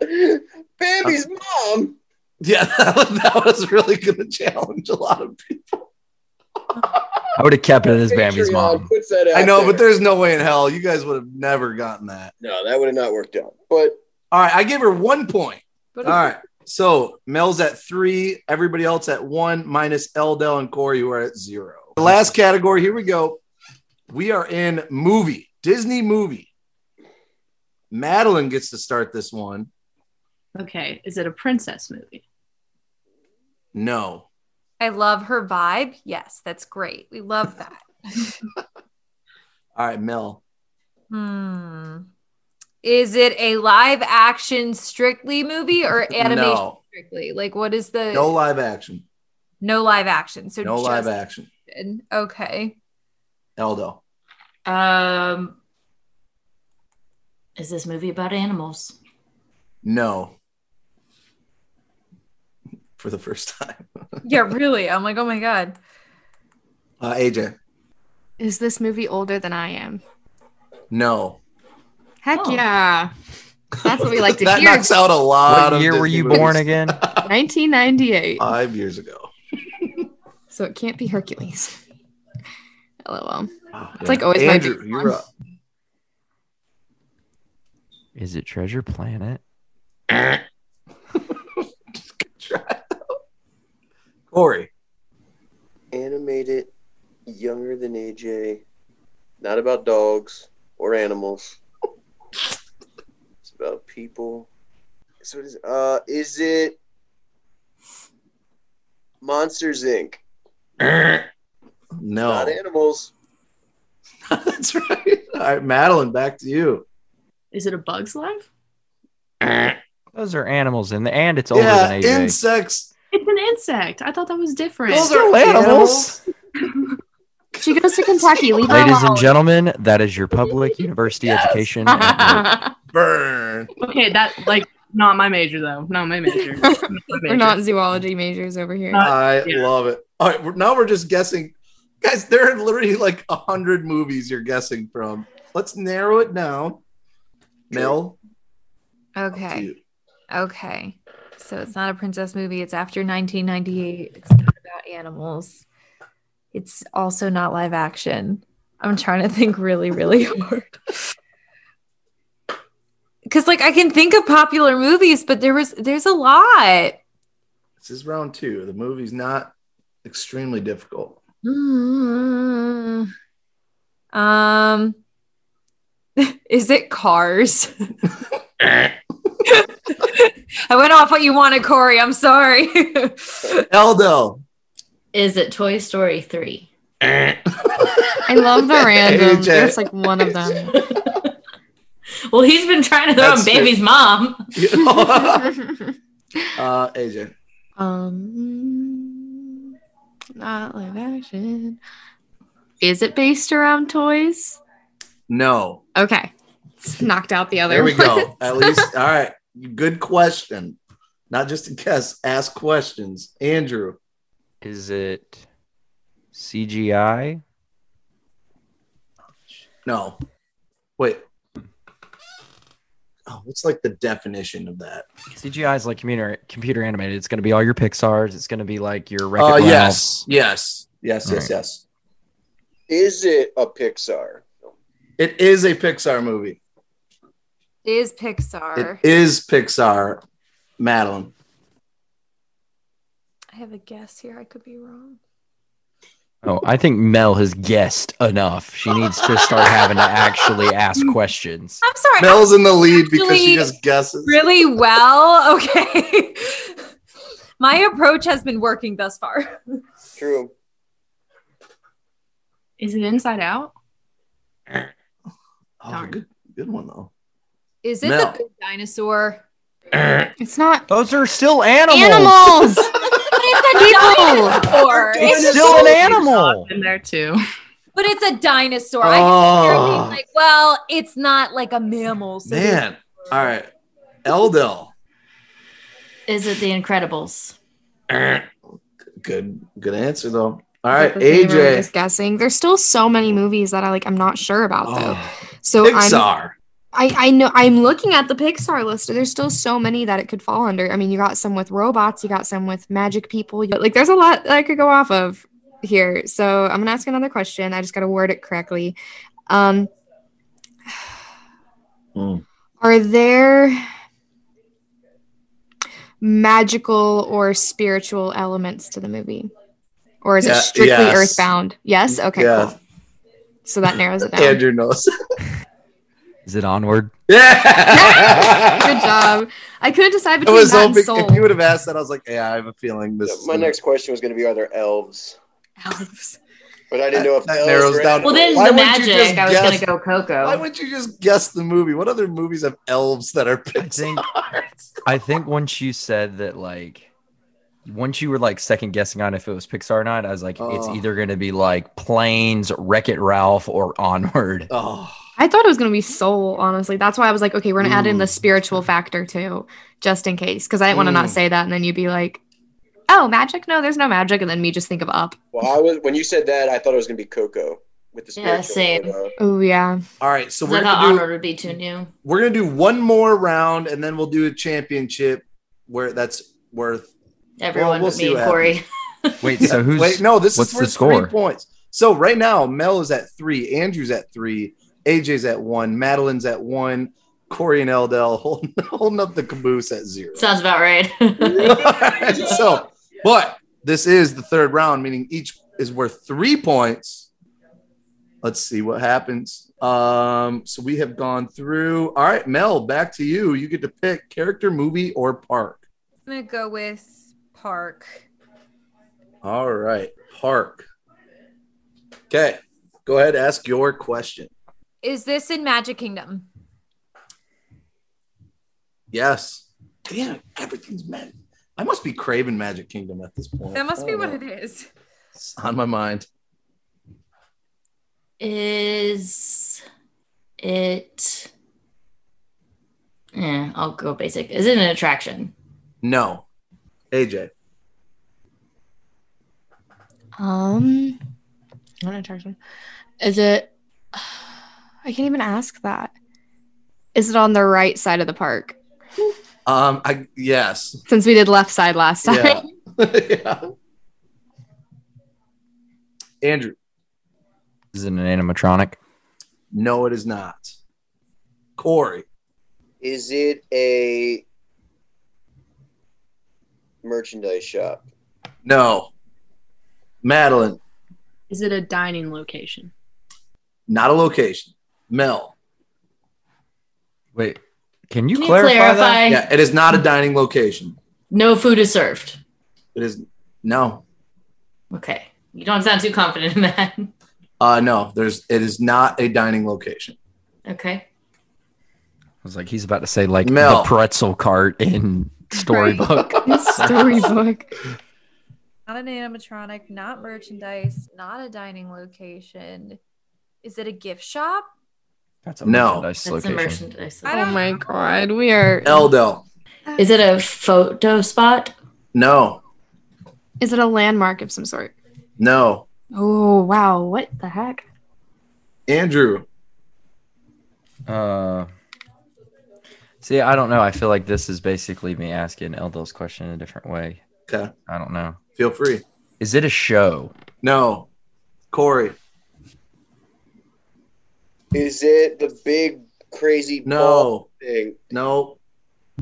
Bambi's mom.
yeah, that was, that was really gonna challenge a lot of people.
I would have kept it as Bambi's
Patreon
mom.
Puts that out
I know,
there.
but there's no way in hell you guys would have never gotten that.
no, that would have not worked out. But
All right, I gave her one point.
But-
All right. So Mel's at three, everybody else at one, minus Eldell and Corey, who are at zero. The last category, here we go. We are in movie, Disney movie. Madeline gets to start this one.
Okay. Is it a princess movie?
No.
I love her vibe. Yes, that's great. We love that.
All right, Mel.
Hmm. Is it a live action strictly movie or animation
No.
strictly? Like, what is the
No live action.
No live action? So
No
just
live action.
action. Okay.
Eldo.
um, is this movie about animals?
No. For the first time.
Yeah, really. I'm like, oh my god.
Uh, AJ.
Is this movie older than I am?
No.
Heck
Oh.
yeah. That's what we like to
that
hear.
knocks out a lot.
What
of
year were
Disney
you
movies.
born again?
1998.
Five years ago.
So it can't be Hercules. LOL.
Yeah.
like always my
Andrew,
favorite
you're
one.
up.
Is it Treasure Planet?
Corey.
Animated, younger than AJ, not about dogs or animals. It's about people. So it is uh is it Monsters Inc.
No.
Not animals.
That's right. All right, Madeline, back to you.
Is it a Bug's Life?
Those are animals, in the, and it's older
yeah,
than AJ.
insects.
It's an insect. I thought that was different.
Those are animals.
She goes to Kentucky. Leave her
Ladies and
alone.
gentlemen, that is your public university education. at work.
Burn.
okay, that like not my major though. Not my major. Not my
We're
major.
not zoology majors over here.
Uh,
I
yeah.
love it. All right, we're, now we're just guessing. Guys, there are literally like a hundred movies you're guessing from. Let's narrow it down. Mel, to
Okay.
you.
Okay. So it's not a princess movie. It's after 1998. It's not about animals. It's also not live action. I'm trying to think really, really hard. Cause like I can think of popular movies, but there was there's a lot.
this is round two. The movie's not extremely difficult.
Mm. Um is it cars? I went off what you wanted, Corey. I'm sorry.
Eldo.
Is it Toy Story 3?
I love the random.
AJ.
There's like one of them.
Well, he's been trying to throw
That's
on baby's mom.
uh, AJ.
Um, not live action. Is it based around toys?
No.
Okay, knocked out the other.
There we go.
ones.
At least. All right. Good question. Not just a guess. Ask questions. Andrew.
Is it CGI?
No. Wait. Oh, what's like the definition of that?
CGI is like computer computer animated. It's going to be all your Pixar's. It's going to be like your Wreck-It
Uh,
Ralph.
yes. Yes. Yes.
All
Yes.
right.
Yes.
Is it a Pixar?
It is a Pixar movie.
is Pixar.
It is Pixar. Madeline.
I have a guess here. I could be wrong.
Oh, I think Mel has guessed enough. She needs to start having to actually ask questions.
I'm sorry. I'm
Mel's in the lead because she
Actually,
just guesses.
really well. Okay. My approach has been working thus far.
True.
Is it Inside Out?
Oh, good, good one though.
Is it
No.
the good dinosaur?
It's not
Those are still animals.
animals. People.
Dinosaur.
It's still an animal.
In there too.
But it's a dinosaur. I can hear being
Oh
like, well, it's not like a mammal. So
man! All right, Eldel.
Is it The Incredibles?
Good, good answer though. All right,
That's the thing we were
AJ.
Just guessing. There's still so many movies that I like. I'm not sure about though.
Oh,
So I'm,
Pixar.
I I know I'm looking at the Pixar list. There's still so many that it could fall under. I mean, you got some with robots. You got some with magic people. You, like there's a lot that I could go off of here. So I'm gonna ask another question. I just gotta word it correctly. Um,
Mm.
Are there magical or spiritual elements to the movie? Or is
Yeah,
it strictly
yes.
earthbound? Yes? Okay,
Yeah.
cool. So that narrows it down.
Andrew knows.
Is it onward?
yeah.
Good job. I couldn't decide
I
between
was
that and
hoping
soul.
if you would have asked that, I was like, "Yeah, I have a feeling this."
Yeah,
is
my
gonna-
next question was going to be: Are there elves?
Elves.
But I didn't know if
That
elves
narrows
were
down-
animals.
Well, then
Why
the
wouldn't you just
magic. I was going
guess-
to go Coco.
Why wouldn't you just guess the movie? What other movies have elves that are
I think-
Pixar?
I think once you said that, like, once you were like second guessing on if it was Pixar or not, I was like, it's
Oh.
either going to be like Planes, Wreck It Ralph, or Onward.
oh,
I thought it was going to be soul, honestly. That's why I was like, okay, we're going to add in
Ooh.
the spiritual factor too, just in case. Because I didn't want to
Mm.
not say that. And then you'd be like, oh, magic? No, there's no magic. And then me just think of up.
Well, I was when you said that, I thought it was going to be Coco with the spiritual.
Yeah, same.
but, uh,
Oh, yeah.
all right. So
Is
we're
that how
gonna do
Onward would be too new?
we're gonna do one more round, and then we'll do a championship where that's worth
Everyone
we'll
but
see
me
what
and Corey.
Wait, so who's
Wait, no, this
what's
is
the
for
score?
three points. So right now, Mel is at three, Andrew's at three, AJ's at one, Madeline's at one, Corey and Eldell holding, holding up the caboose at zero.
Sounds about right.
Alright, so, but this is the third round, meaning each is worth three points. Let's see what happens. Um, so we have gone through. All right, Mel, back to you. You get to pick character, movie, or park.
I'm gonna go with Park.
All right, park. Okay, go ahead. Ask your question.
Is this in Magic Kingdom?
Yes. Damn, everything's magic. I must be craving Magic Kingdom at this point.
That must be
Oh,
what it is.
it's on my mind.
Is it? Yeah, I'll go basic. Is it an attraction?
No, AJ.
Um, I'm gonna charge them. Is it? I can't even ask that. Is it on the right side of the park?
Um, I yes.
Since we did left side last time.
Yeah. yeah. Andrew,
Is it an animatronic?
no, it is not. Corey,
Is it a merchandise shop?
no. Madeline,
Is it a dining location?
not a location. Mel,
Wait, can you
Can you
clarify,
clarify?
that?
yeah, it is not a dining location.
No food is served.
It is no,
Okay, you don't sound too confident in that.
uh, no. There's it is not a dining location.
Okay.
I was like, he's about to say like
Mel.
the pretzel cart in Storybook.
Storybook.
Not an animatronic, not merchandise, not a dining location. Is it a gift shop?
That's a
No.
merchandise
That's a
location.
merchandise.
I
Oh
don't-
my god, we are.
Eldo,
Is it a photo spot?
no,
Is it a landmark of some sort?
no.
Oh wow, what the heck?
Andrew,
Uh, see, I don't know. I feel like this is basically me asking Eldo's question in a different way.
Okay.
I don't know.
feel free.
Is it a show?
No, Corey,
Is it the big crazy ball
no,
thing?
no.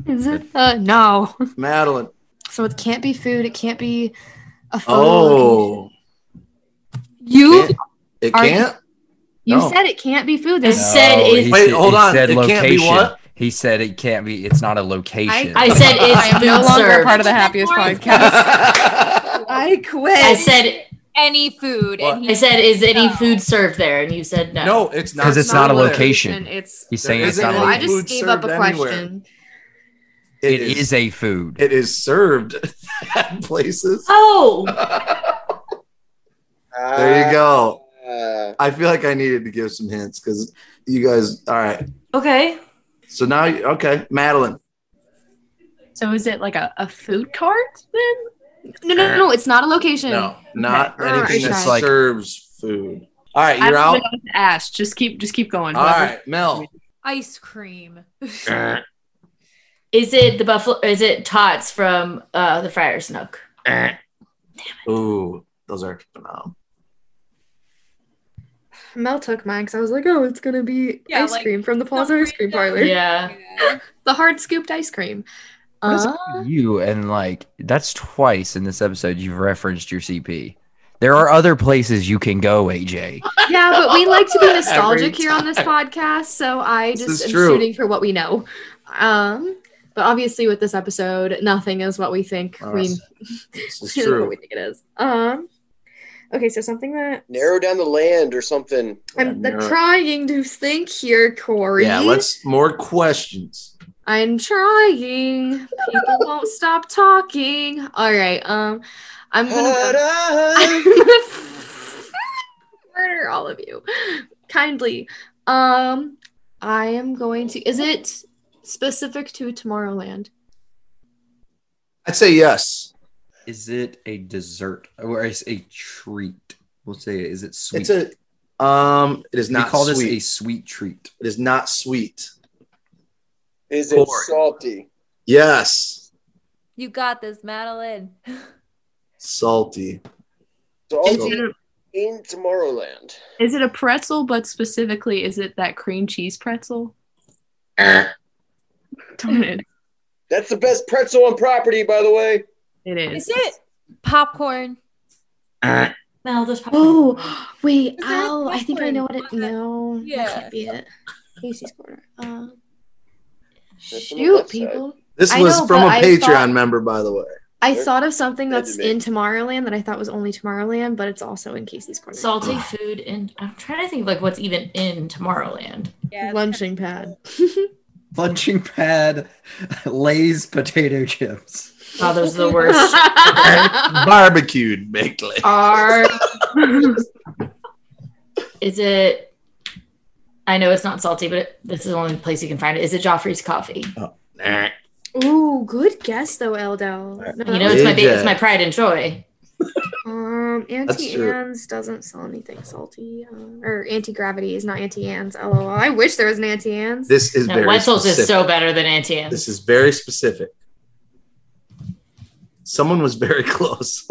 Is it? Uh, no.
Madeline,
So it can't be food. It can't be a food.
oh,
you
Can't- oh. it
Are-
can't.
you
no.
said it can't be food.
I
There's-
said
No,
it.
Oh, he
Wait,
said-
hold
he
on.
Said
It can't be
location.
what?
He said it can't be. It's not a location.
I said
I
it's
am
food
no longer
served.
part of the happiest podcast.
I quit.
I said
Any food. And
I
he,
said is any food served there, and you said no.
No, it's not.
because it's not a
there.
location.
It's
He's
There
saying it's
isn't
not. A
any
well, I
location.
just
food
gave up a
served anywhere.
question.
It is a food.
It is served at places.
Oh,
There you go.
Uh,
I feel like I needed to give some hints because you guys. All right.
okay.
So now, you- okay, Madeline.
So is it like a, a food cart then?
no, no, no, no, it's not a location.
No, not
Hmm. Okay.
anything
Alright,
that
sorry.
serves food. All right,
I
you're
don't
out.
even know what to ask. Just keep just keep going.
All
Whoever-
right, Mel.
ice cream.
Is it the buffalo? Is it tots from uh, the Friar's Nook?
Ooh, those are phenomenal.
Mel took mine because I was like, oh, it's gonna be
Yeah,
ice
like,
cream from the Plaza Ice Cream Parlor.
Yeah.
The hard scooped ice cream.
What is it
Uh,
with you and like that's twice in this episode you've referenced your CP. There are other places you can go, AJ.
yeah, but we like to be nostalgic
Every
here on this podcast, so I
This
just
is
am
true.
shooting for what we know. Um, but obviously, with this episode, nothing is what we think
All
we,
right. This is
what
true.
we think it is. Um, okay, so something that
narrow down the land or something.
I'm
narrow-
trying to think here, Corey.
Yeah, let's more questions.
I'm trying. People won't stop talking. All right. Um, I'm gonna. I'm gonna murder all of you kindly. Um, I am going to. Is it specific to Tomorrowland?
I'd say yes.
Is it a dessert or is a treat? We'll say is it sweet?
It's a. Um, it is
we
not
call
sweet.
this a sweet treat.
it is not sweet.
Is it
Corey.
salty?
Yes.
You got this, Madeline.
Salty.
So all
Is it a-
in Tomorrowland.
Is it a pretzel, but specifically, is it that cream cheese pretzel?
Eh.
Darn it.
That's the best pretzel on property, by the way.
It
Is
is.
it popcorn?
Uh, Mel, there's popcorn.
Oh, wait,
Is there a
ow. I think I know what
popcorn?
it No, that
Yeah.
can't be it. Casey's Corner. Um,
That's on the
shoot,
left side.
people.
This
I
was
know,
from a
but I
Patreon
thought-
member, by the way.
I
There-
thought of something
there'd
that's
be-
in Tomorrowland that I thought was only Tomorrowland, but it's also in Casey's Corner.
Salty food, and I'm trying to think like what's even in Tomorrowland.
Lunching pad.
Lunching pad, Lay's potato chips.
Oh, those are the worst.
Barbecued baked lays.
Are is it? I know it's not salty, but this is the only place you can find it. Is it Joffrey's Coffee?
Ooh, good guess though, Eldell.
You know, it's my
Big
ba- it's
Jack.
my pride and joy.
Um, Auntie
true.
Anne's doesn't sell anything salty, uh, or Anti Gravity is not Auntie Anne's. LOL. I wish there was an Auntie Anne's.
This is
No,
very
Wetzel's
specific.
is so better than Auntie Anne's.
This is very specific. Someone was very close.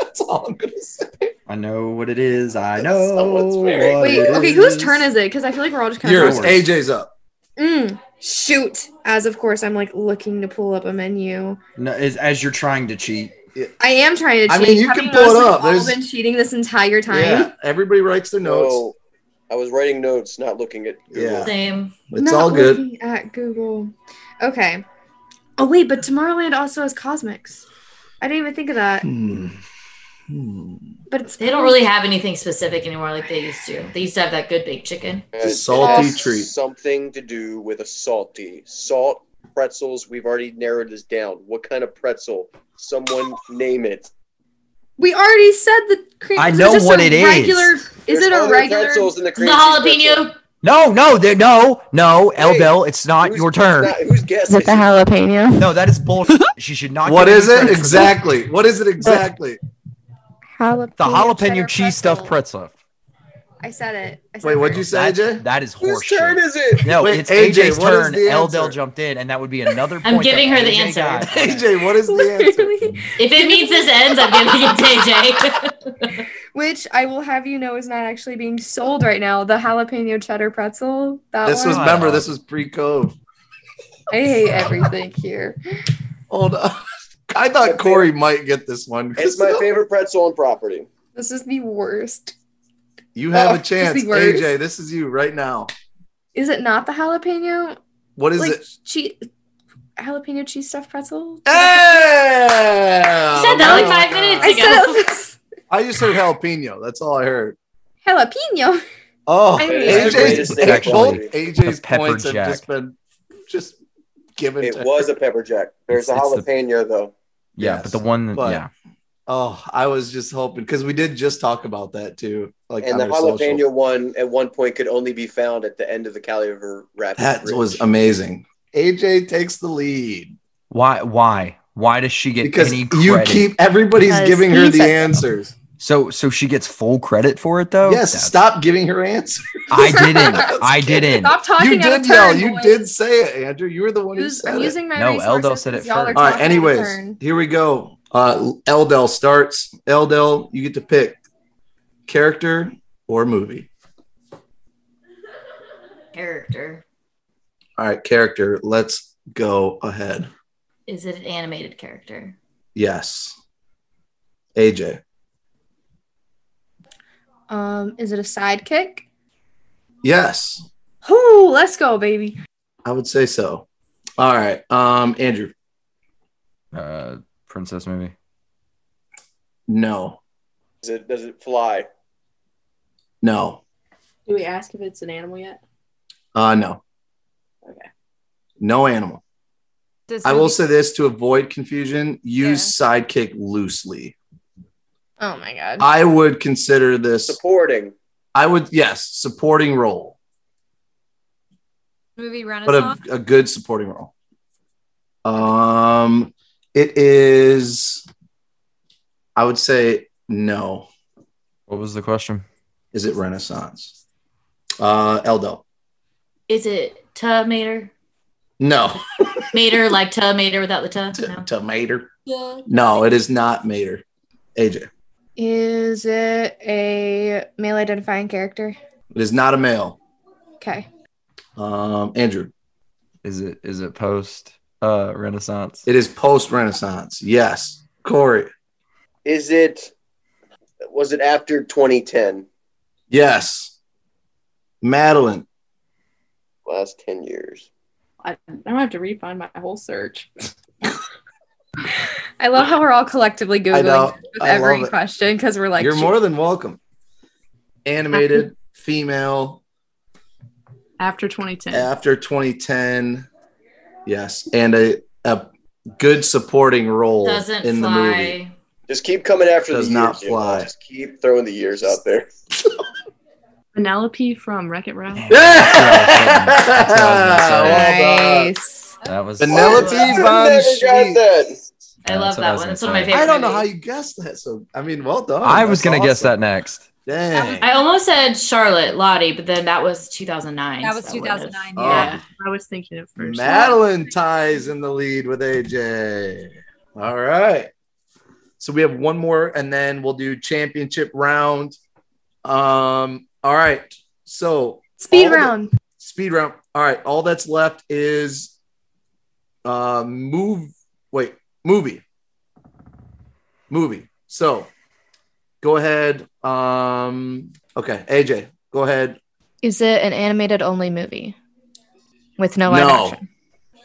That's all I'm gonna say.
I know what it is. I know.
Someone's
what
very-
Wait,
it
okay, whose turn is it? Because I feel like we're all just kind
Yours,
of.
AJ's up.
Mm, shoot. As of course, I'm like looking to pull up a menu.
No, is as you're trying to cheat.
I am trying to
I
cheat.
mean, you
having
can pull it
mostly
up.
all
There's-
been cheating this entire time.
Yeah, everybody writes their notes.
Oh, I was writing notes, not looking at Google.
Yeah.
Same.
It's
Not
all good.
looking At Google. Okay. Oh wait, but Tomorrowland also has Cosmics. I didn't even think of that.
Hmm. Hmm.
But it's
They don't really have anything specific anymore like they used to. They used to have that good baked chicken.
And it
Salty
has
treat.
Something to do with a salty salt pretzels. We've already narrowed this down. What kind of pretzel? Someone name it.
We already said the cream.
I
is
know
just
what
a
it is.
Regular. Is
There's
it a
other
regular?
pretzels in the,
The
cream cheese pretzel.
jalapeno.
No, no, there, no, no,
Hey,
Eldell, it's not
Who's-
your turn.
Not, who's guessing?
jalapeno?
No, that is bullshit. she should not.
What
get
is
any
it
credit for that.
exactly? What is it exactly?
Jalapeno.
The
cheddar
jalapeno cheese stuffed pretzel.
I said it. I said
Wait,
it
what'd you
first.
say,
That-
AJ?
that is
Whose turn
horseshit.
is it?
No,
Wait,
it's
AJ,
AJ's
what is
turn.
the answer?
Eldell jumped in, and that would be another.
I'm
point
giving
that
her the
AJ
answer.
got.
AJ, what is the
Literally.
If it means this ends, I'm giving it to AJ.
Which I will have you know is not actually being sold right now. The jalapeno cheddar pretzel. That
answer? This
one.
was remember, this was pre-code.
I hate everything here.
Hold on. I thought Corey might get this one.
It's my favorite pretzel on property.
This is the worst.
You have a
Just be
chance,
worse.
AJ. This is you right now.
Is it not the jalapeno?
What is
like
it?
cheese, jalapeno cheese stuffed pretzel.
Hey!
You said
Oh
that like five minutes
I
ago.
said
I just heard jalapeno. That's all I heard.
jalapeno.
Oh,
I mean-
It is
AJ's
the greatest thing on
actually-
property.
AJ's
The pepper
points have
jack.
just been just given.
It
to-
was a pepper jack. There's a
It's- it's the-
jalapeno though.
Yeah,
Yes,
but the one, that
but-
yeah,
Oh, I was just hoping because we did just talk about that too. Like
and the
on our
jalapeno
social.
one at one point could only be found at the end of the Cali River Rapids.
That
Bridge.
was amazing. AJ takes the lead
why, why, why does she get
because
any
you
credit?
keep everybody's
Because
giving
he
her the
said so.
answers.
so, so she gets full credit for it though.
Yes,
That's-
stop giving her answers.
I didn't. I didn't.
Stop talking.
You
out
did
of
yell.
turn,
You
boys.
did say it, Andrew. You were the one who
Use-
said
I'm
it.
using my
No,
resources
Eldo said it
'cause y'all are
first.
All right.
talking out of
Anyways,
turn.
here we go. Uh, Eldell starts. Eldell, you get to pick character or movie.
Character.
All right, character. Let's go ahead.
Is it an animated character?
Yes. AJ.
Um, is it a sidekick?
Yes,
Ooh, let's go, baby.
I would say so. All right, um, Andrew.
uh, princess movie.
No,
Does it, does it fly?
no,
Do we ask if it's an animal yet?
uh, no.
Okay.
No animal.
Does
I will
movie-
say this to avoid confusion: use sidekick loosely.
Oh my god.
I would consider this.
Supporting.
I would yes, supporting role,
movie
but
Renaissance.
a, a good supporting role. Um, it is. I would say no.
What was the question?
Is it Renaissance? Uh, Eldo.
Is it tomater?
No.
Mater like tomater without the tuh? No.
Tomato. No, it is not Mater. AJ.
Is it a male identifying character?
It is not a male.
Okay.
Um, Andrew.
Is it is it post uh Renaissance?
It is post Renaissance. Yes. Corey.
Is it? Was it after 2010?
Yes. Madeline.
Last 10 years.
I now I have to refund my whole search.
I love how we're all collectively
know.
googling with
I love
every
it.
question because we're like,
You're more than welcome. Animated, female,
After 2010.
after 2010. Yes. And a, a good supporting role
Doesn't
in the movie.
fly.
Just keep coming after
Does
the
not
years, you know.
fly.
Just keep throwing the years out there.
Penelope from Wreck It Ralph.
Nice.
That was
Penelope
I never
Von
got
Schweetz.
that.
I love that one. That's one of my favorite.
I don't know how
movies.
you guessed that. So I mean, well done.
I was
That's
gonna guess
awesome.
that next.
Dang.
I almost said Charlotte Lottie, but then that was 2009.
That was
so I wouldn't have-
2009.
Oh.
Yeah.
Yeah, I was thinking it first.
Madeline ties in the lead with AJ. All right. So we have one more and then we'll do championship round. Um, all right. So
Speed
All the-
round.
speed round. All right, all that's left is uh move wait, movie. Movie. So go ahead. Um okay, AJ, go ahead.
Is it an animated only movie with no live
no.
action?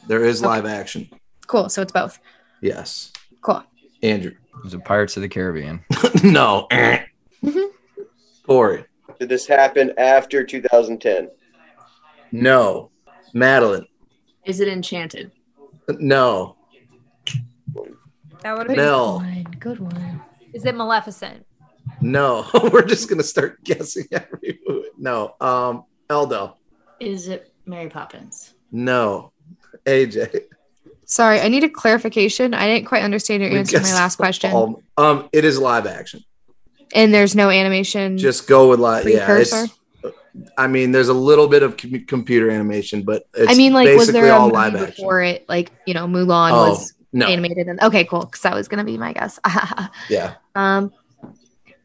There is live action.
Cool. So it's both.
Yes.
Cool.
Andrew.
It was a Pirates of the Caribbean.
no.
Mm-hmm.
Corey.
Did this happen after 2010?
No. Madeline.
Is it Enchanted?
No.
That would have been.
Oh, Mel.
Good one.
Is it Maleficent?
No. We're just gonna start guessing every movie. No. Um Eldo.
Is it Mary Poppins?
No. AJ.
Sorry, I need a clarification. I didn't quite understand your
We
answer to my
guessed
last question.
Um, um, it is live action.
And there's no animation.
Just go with live. Yeah,
Precursor?
it's. I mean, there's a little bit of com- computer animation, but it's
I mean, like, was
basically
there a
all
movie
live action.
before it? Like, you know, Mulan
Oh,
was
no,
animated. And, okay, cool. Because that was gonna be my guess.
yeah,
um,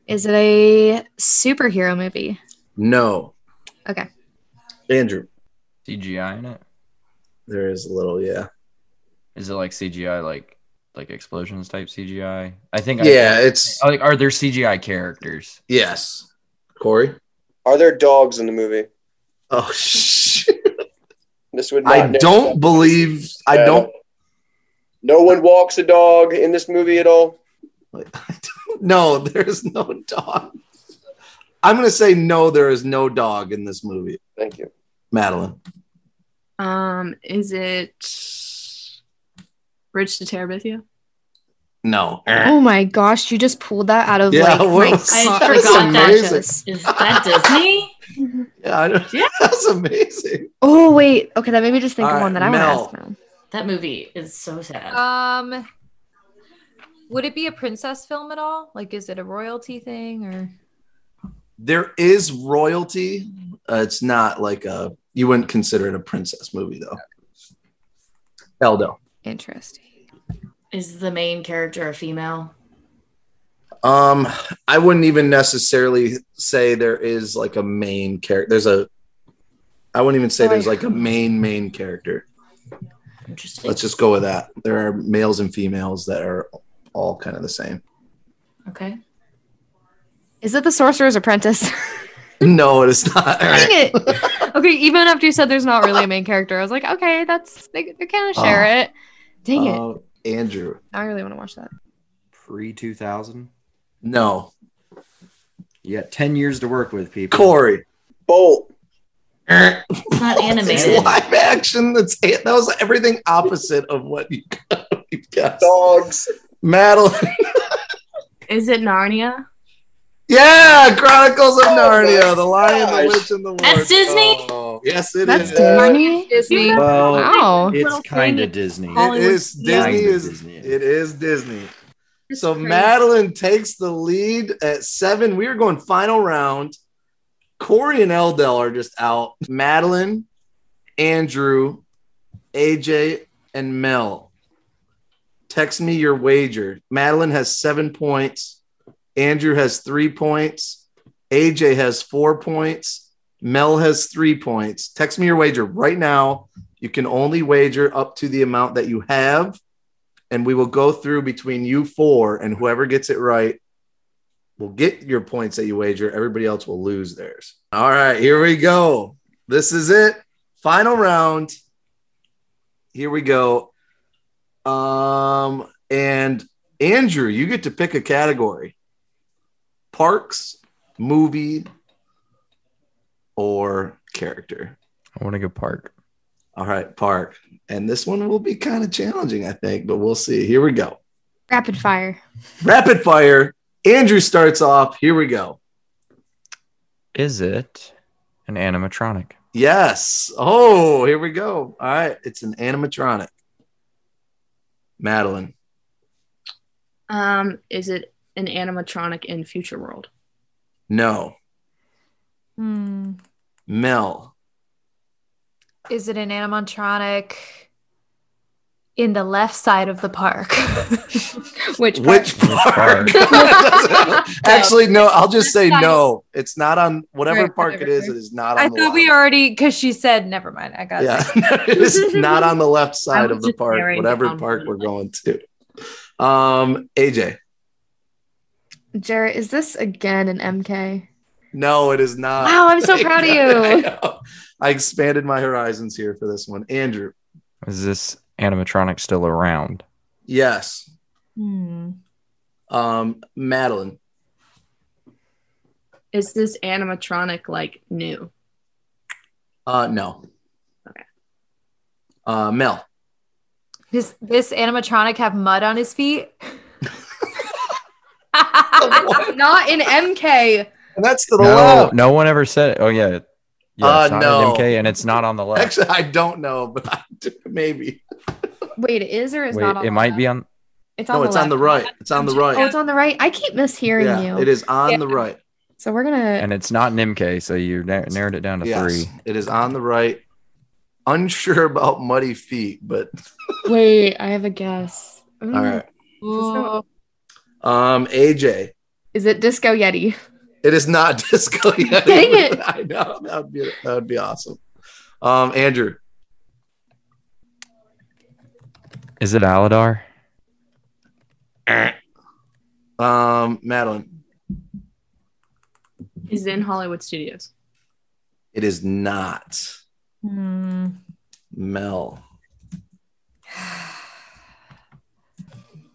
is it a superhero movie?
no.
Okay.
Andrew,
CGI in it?
there is a little. Yeah,
Is it like CGI like like explosions type CGI? I think
yeah. It's
I, like are there CGI characters?
yes. Corey.
Are there dogs in the movie?
Oh shh.
This would. Not
I
never-
don't believe. I
Uh,
don't.
No one walks a dog in this movie at all.
No, there is no dog. I'm gonna say no. There is no dog in this movie.
Thank you.
Madeline.
Um, is it Bridge to Terabithia?
No.
Oh my gosh, you just pulled that out of
Yeah,
like
what
my
was-
I
co-
That's
forgot that.
amazing.
conscious.
Is that Disney?
Yeah, I don't,
Yeah.
that's amazing.
Oh wait, okay, that made me just think of
All
one that
right,
I
Mel.
want to ask now.
that movie is so sad.
Uh,
Um, would it be a princess film at all? Like, is it a royalty thing or?
There is royalty. Uh, it's not like a you wouldn't consider it a princess movie though. Eldo.
Interesting.
is the main character a female?
Um, I wouldn't even necessarily say there is like a main character. There's a I wouldn't even say there's like a main main character.
Interesting.
Let's just go with that. There are males and females that are all kind of the same.
okay.
Is it the Sorcerer's Apprentice?
No, it is not.
Dang it. okay, even after you said there's not really a main character, I was like, okay, that's they, they kind
Oh.
of share it. Dang it.
Uh, Andrew.
Now I really want to watch that.
Pre two thousand.
No.
You got ten years to work with people.
Corey.
Bolt.
It's not
It's
animated.
live action. That's it. That was everything opposite of what you you guessed.
Dogs.
Madeline.
Is it Narnia?
Yeah, Chronicles of
Oh my
Narnia, The Lion, the
gosh.
Witch, and the Wardrobe.
That's Disney?
Oh, yes, it is.
That's
uh,
Disney.
Disney.
Well,
Wow.
Little
it's
thing.
kind of Disney.
It-
It is
Hollywood.
Disney. Is
Disney.
it is Disney?
It's
So
crazy.
Madeline takes the lead at seven. We are going final round. Corey and Eldell are just out. Madeline, Andrew, AJ, and Mel Text me your wager. Madeline has seven points. Andrew has three points. AJ has four points. Mel has three points. Text me your wager right now. You can only wager up to the amount that you have. And we will go through between you four and whoever gets it right will get your points that you wager. Everybody else will lose theirs. All right, here we go. This is it. Final round. Here we go. Um, and Andrew, you get to pick a category parks, movie, or character.
I want to go park.
All right, park. And this one will be kind of challenging, I think, but we'll see. Here we go.
Rapid fire.
Rapid fire. Andrew starts off. Here we go.
Is it an animatronic?
Yes. Oh, here we go. All right. It's an animatronic. Madeline.
Um, is it an animatronic in Future World?
No.
Hmm.
Mel.
Is it an animatronic in the left side of the park?
Which
Which park?
Which
Actually, no. I'll just say
Right.
no. It's not on whatever
Right,
park it is.
whatever.
It is not on.
I
the
thought
left.
we already because she said never mind. I got
Yeah,
it.
it is not on the left side
was
of the
just
park.
staring
Whatever
down
park
the
we're
left.
going to. Um, AJ.
Jared, is this again an MK?
No, it is not.
Wow, I'm so proud of you.
I, expanded my horizons here for this one. Andrew.
Is this animatronic still around?
Yes.
Hmm.
Um, Madeline.
Is this animatronic like new?
Uh, no.
Okay.
Uh, Mel.
Does this animatronic have mud on his feet?
Not an MK.
And that's to the
No,
left.
no one ever said it. Oh yeah, yeah.
Uh,
it's not
no.
an MK, and it's not on the left.
Actually, I don't know, but I do- maybe.
Wait, it is or is
Wait,
not on
it
the
might
left?
be on.
It's on
No,
the
it's on the
left.
right. It's on the
Oh,
right.
it's on the right. I keep mishearing
Yeah,
you.
it is on the right.
So we're gonna
and it's not an MK, so you na- narrowed it down to
Yes,
three.
it is on the right. Unsure about muddy feet, but
wait. I have a guess. Mm,
all right.
Ooh.
Um, AJ,
Is it Disco Yeti?
it is not disco yet.
Dang it.
I know that would be that would be awesome. Um, Andrew,
Is it Aladar?
um, Madeline,
Is it in Hollywood Studios?
it is not
Hmm.
Mel.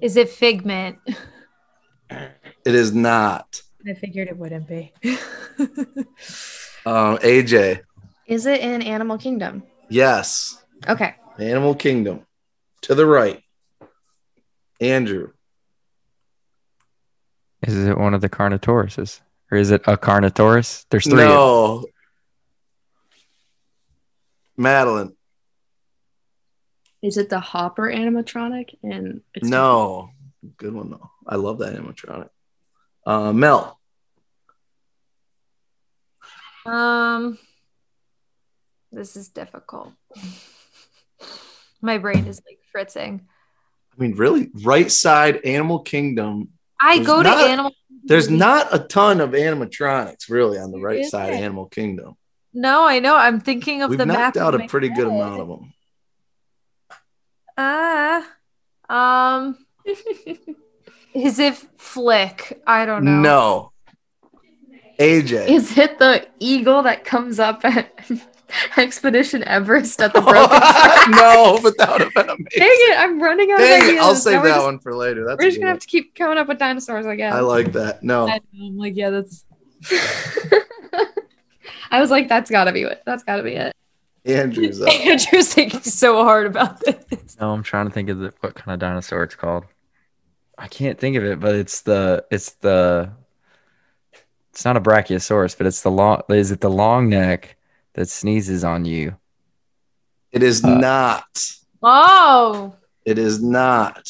Is it Figment?
It is not
I figured it wouldn't be.
um, AJ.
Is it in Animal Kingdom?
Yes,
Okay.
Animal Kingdom to the right. Andrew,
Is it one of the Carnotauruses, or is it a Carnotaurus? There's three.
no. Madeline,
Is it the Hopper animatronic? And it's
no. Good one though. I love that animatronic. Uh, Mel,
Um, this is difficult. My brain is like fritzing.
I mean, really, right side Animal Kingdom.
I
There's
go to
not-
animal.
There's not a ton of animatronics really on the right
Is
side of
it?
Animal Kingdom.
No, I know. I'm thinking of
We've
the map.
knocked out
in
a
my
pretty good
head.
amount of them.
Ah, um, is it Flick? I don't know.
No. AJ.
Is it the eagle that comes up at Expedition Everest at the broken? track?
no, but that would have been amazing.
Dang it! I'm running out of
Dang
ideas.
it, I'll save
Now we're
that
just-
one for later. That's
We're
a
just
good
gonna
one.
have to keep coming up with dinosaurs, I guess.
I like that. No.
I know. I'm like, yeah, that's
I was like, that's gotta be it. That's gotta be it.
Andrew's up.
Andrew's thinking so hard about this.
No, I'm trying to think of the, what kind of dinosaur it's called. I can't think of it, but it's the it's the it's not a brachiosaurus, but it's the long is it the long neck that sneezes on you?
It is
Uh,
not.
Oh,
It is not.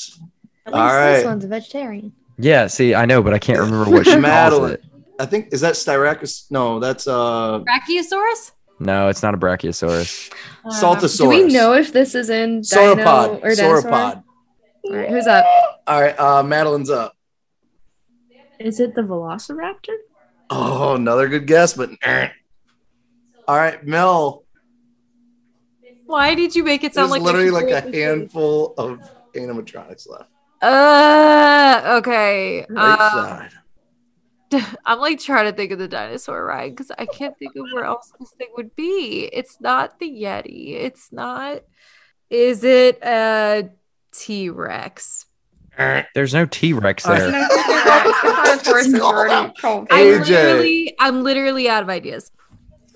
At
All
least
right.
this one's a vegetarian.
Yeah, see, I know, but I can't remember what she calls
Madeline.
it.
I think is that Styracosaurus? No, that's uh
Brachiosaurus.
No, it's not a brachiosaurus.
Uh,
Saltosaurus.
Do we know if this is in dino
Sauropod.
or dinosaur?
Sauropod.
All right, who's up?
All right, uh, Madeline's up.
Is it the Velociraptor?
Oh, another good guess, but eh. all right, Mel.
Why did you make it sound
There's
like
literally like a
completely-
handful of animatronics left.
Uh, okay.
Right
Uh,
side.
I'm like trying to think of the dinosaur ride because I can't think of where else this thing would be. It's not the Yeti. It's not. Is it a T Rex?
There's no T Rex there.
I
AJ.
literally, I'm literally out of ideas.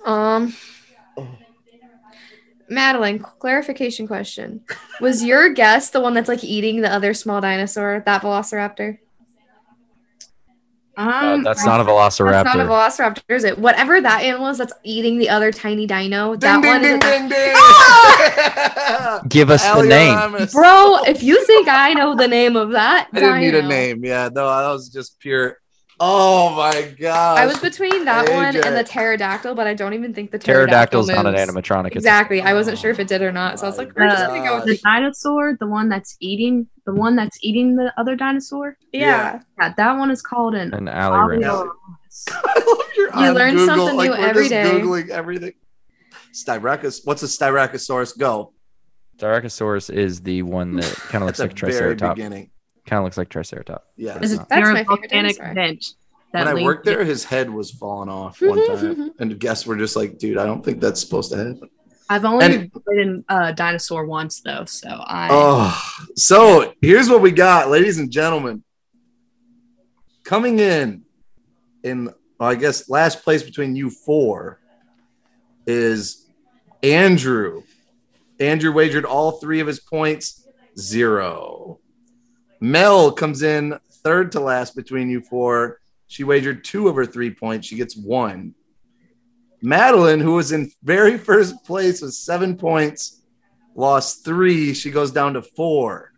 Um, Madeline, clarification question: Was your guess the one that's like eating the other small dinosaur, that Velociraptor?
Uh,
Um,
that's not a
That's not a
Velociraptor.
Velociraptor, is it? Whatever that animal is that's eating the other tiny dino, that one. is
ding, ding.
Give us the
Allie
name.
Ramos.
Bro, if you think I know the name of that,
I didn't need a
dino-
name. Yeah, no, that was just pure. Oh my god.
I was between that one
AJ.
and the pterodactyl, but I don't even think the pterodactyl
Pterodactyl's not an
moves.
animatronic. It's a-
Exactly. I wasn't sure if it did or not, so I was like, we're just gonna go with
Uh,
the
the
dinosaur, the one that's eating, the one that's eating the other dinosaur.
yeah.
Yeah, that one is called an.
An alley rim.
Ramos.
Oviraptor.
I love your
You
on
learn
Google,
something
like,
new
we're
every
just
day.
Googling everything. Styracosaurus. What's a Styracosaurus? Go.
Styracosaurus is the one that kind of
At
looks
the
like
very
Triceratops.
beginning.
Kind of looks like Triceratops.
Yeah.
Is
Is
it-
it
That's
there
my
a
favorite
volcanic
dinosaur.
bench?
When I
leads-
worked there, his head was falling off one time. and guests were just like, dude, I don't think that's supposed to happen.
I've only
and-
played in uh, dinosaur once though, so I.
Oh, so here's what we got, ladies and gentlemen. Coming in, in well, I guess last place between you four is Andrew. Andrew wagered all three of his points, zero. Mel comes in third to last between you four. She wagered two of her three points. She gets one. Madeline, who was in very first place with seven points, lost three. She goes down to four.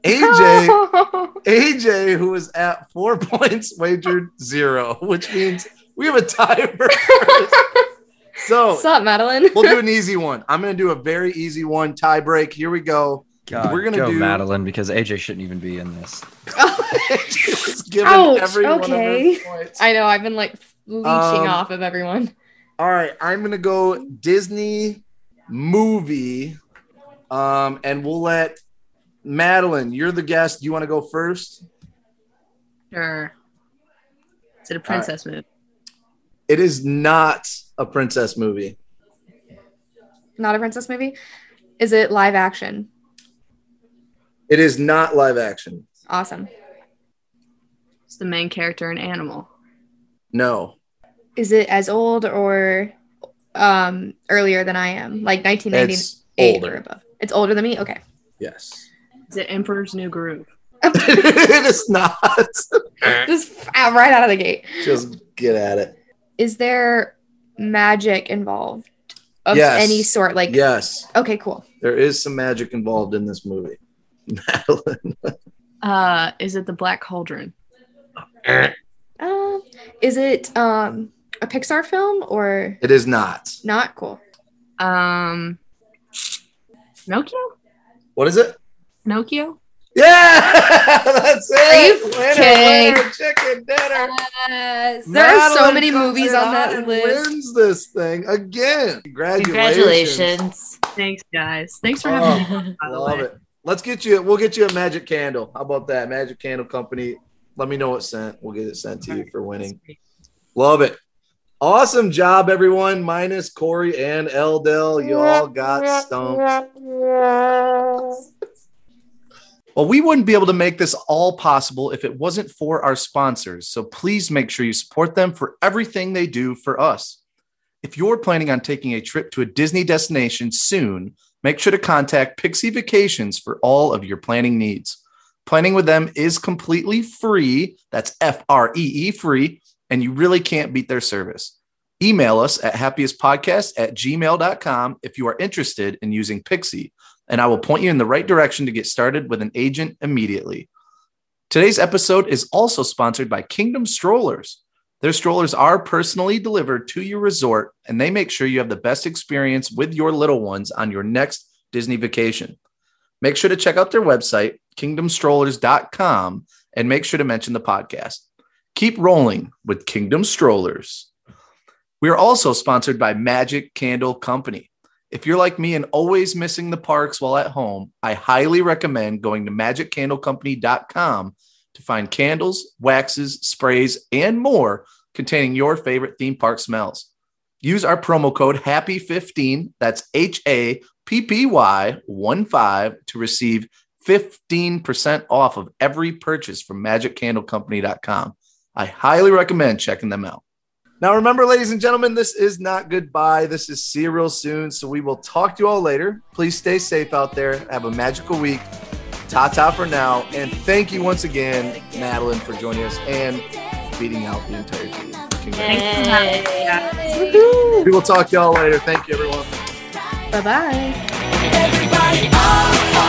AJ, AJ, who was at four points, wagered zero, which means we have a tie for first.
What's
So
up, Madeline?
we'll do an easy one. I'm going to do a very easy one tie break. Here we go.
God,
We're gonna
go
do-
Madeline because AJ shouldn't even be in this.
She's given
Ouch,
every one of her
okay.
points.
I know, I've been like leeching
Um,
off of everyone.
All right, I'm gonna go Disney movie, um, and we'll let Madeline. You're the guest. You want to go first?
Sure. Is it a princess movie?
It is not a princess movie.
Not a princess movie. Is it live action?
It is not live action.
Awesome.
Is the main character an animal?
No.
Is it as old or um earlier than I am? Like nineteen ninety
It's
eight or
older.
above. It's older than me? Okay.
Yes.
Is it Emperor's New Groove?
it is not.
Just f- out- right out of the gate.
Just get at it.
Is there magic involved of
Yes.
any sort? Like
Yes,
okay, cool.
there is some magic involved in this movie. Madeline.
Uh, is it the Black Cauldron?
Um, is it um a Pixar film or
It is not.
not? Cool.
Um, Pinocchio?
What is it?
Pinocchio?
Yeah, that's it.
you kidding?
winner, chicken dinner.
Yes.
There are so
Madeline
many
comes
movies
in
on that
hot and
list.
Wins this thing again. Congratulations.
Congratulations.
Thanks, guys. Thanks for having me. By the
Oh, Love
way.
it. Let's get you. We'll get you a magic candle. How about that? Magic candle company. Let me know what sent. We'll get it sent to you for winning. Love it. Awesome job, everyone. Minus Corey and Eldell. You all got stumped. Well, we wouldn't be able to make this all possible if it wasn't for our sponsors. So please make sure you support them for everything they do for us. If you're planning on taking a trip to a Disney destination soon, make sure to contact Pixie Vacations for all of your planning needs. Planning with them is completely free. That's F R E E free. And you really can't beat their service. Email us at happiestpodcast at gmail.com if you are interested in using Pixie, and I will point you in the right direction to get started with an agent immediately. Today's episode is also sponsored by Kingdom Strollers. Their strollers are personally delivered to your resort, and they make sure you have the best experience with your little ones on your next Disney vacation. Make sure to check out their website, kingdomstrollers.com, and make sure to mention the podcast. Keep rolling with Kingdom Strollers. We are also sponsored by Magic Candle Company. If you're like me and always missing the parks while at home, I highly recommend going to magiccandlecompany.com to find candles, waxes, sprays, and more containing your favorite theme park smells. Use our promo code HAPPY15, that's H A P P Y 1 5 to receive 15% off of every purchase from magiccandlecompany.com. I highly recommend checking them out. Now, remember, ladies and gentlemen, this is not goodbye. This is see you real soon. So we will talk to you all later. Please stay safe out there. Have a magical week. Ta ta for now. And thank you once again, Madeline, for joining us and beating out the entire team. Congratulations. We will talk to y'all later. Thank you, everyone.
Bye bye.
Everybody, all, all.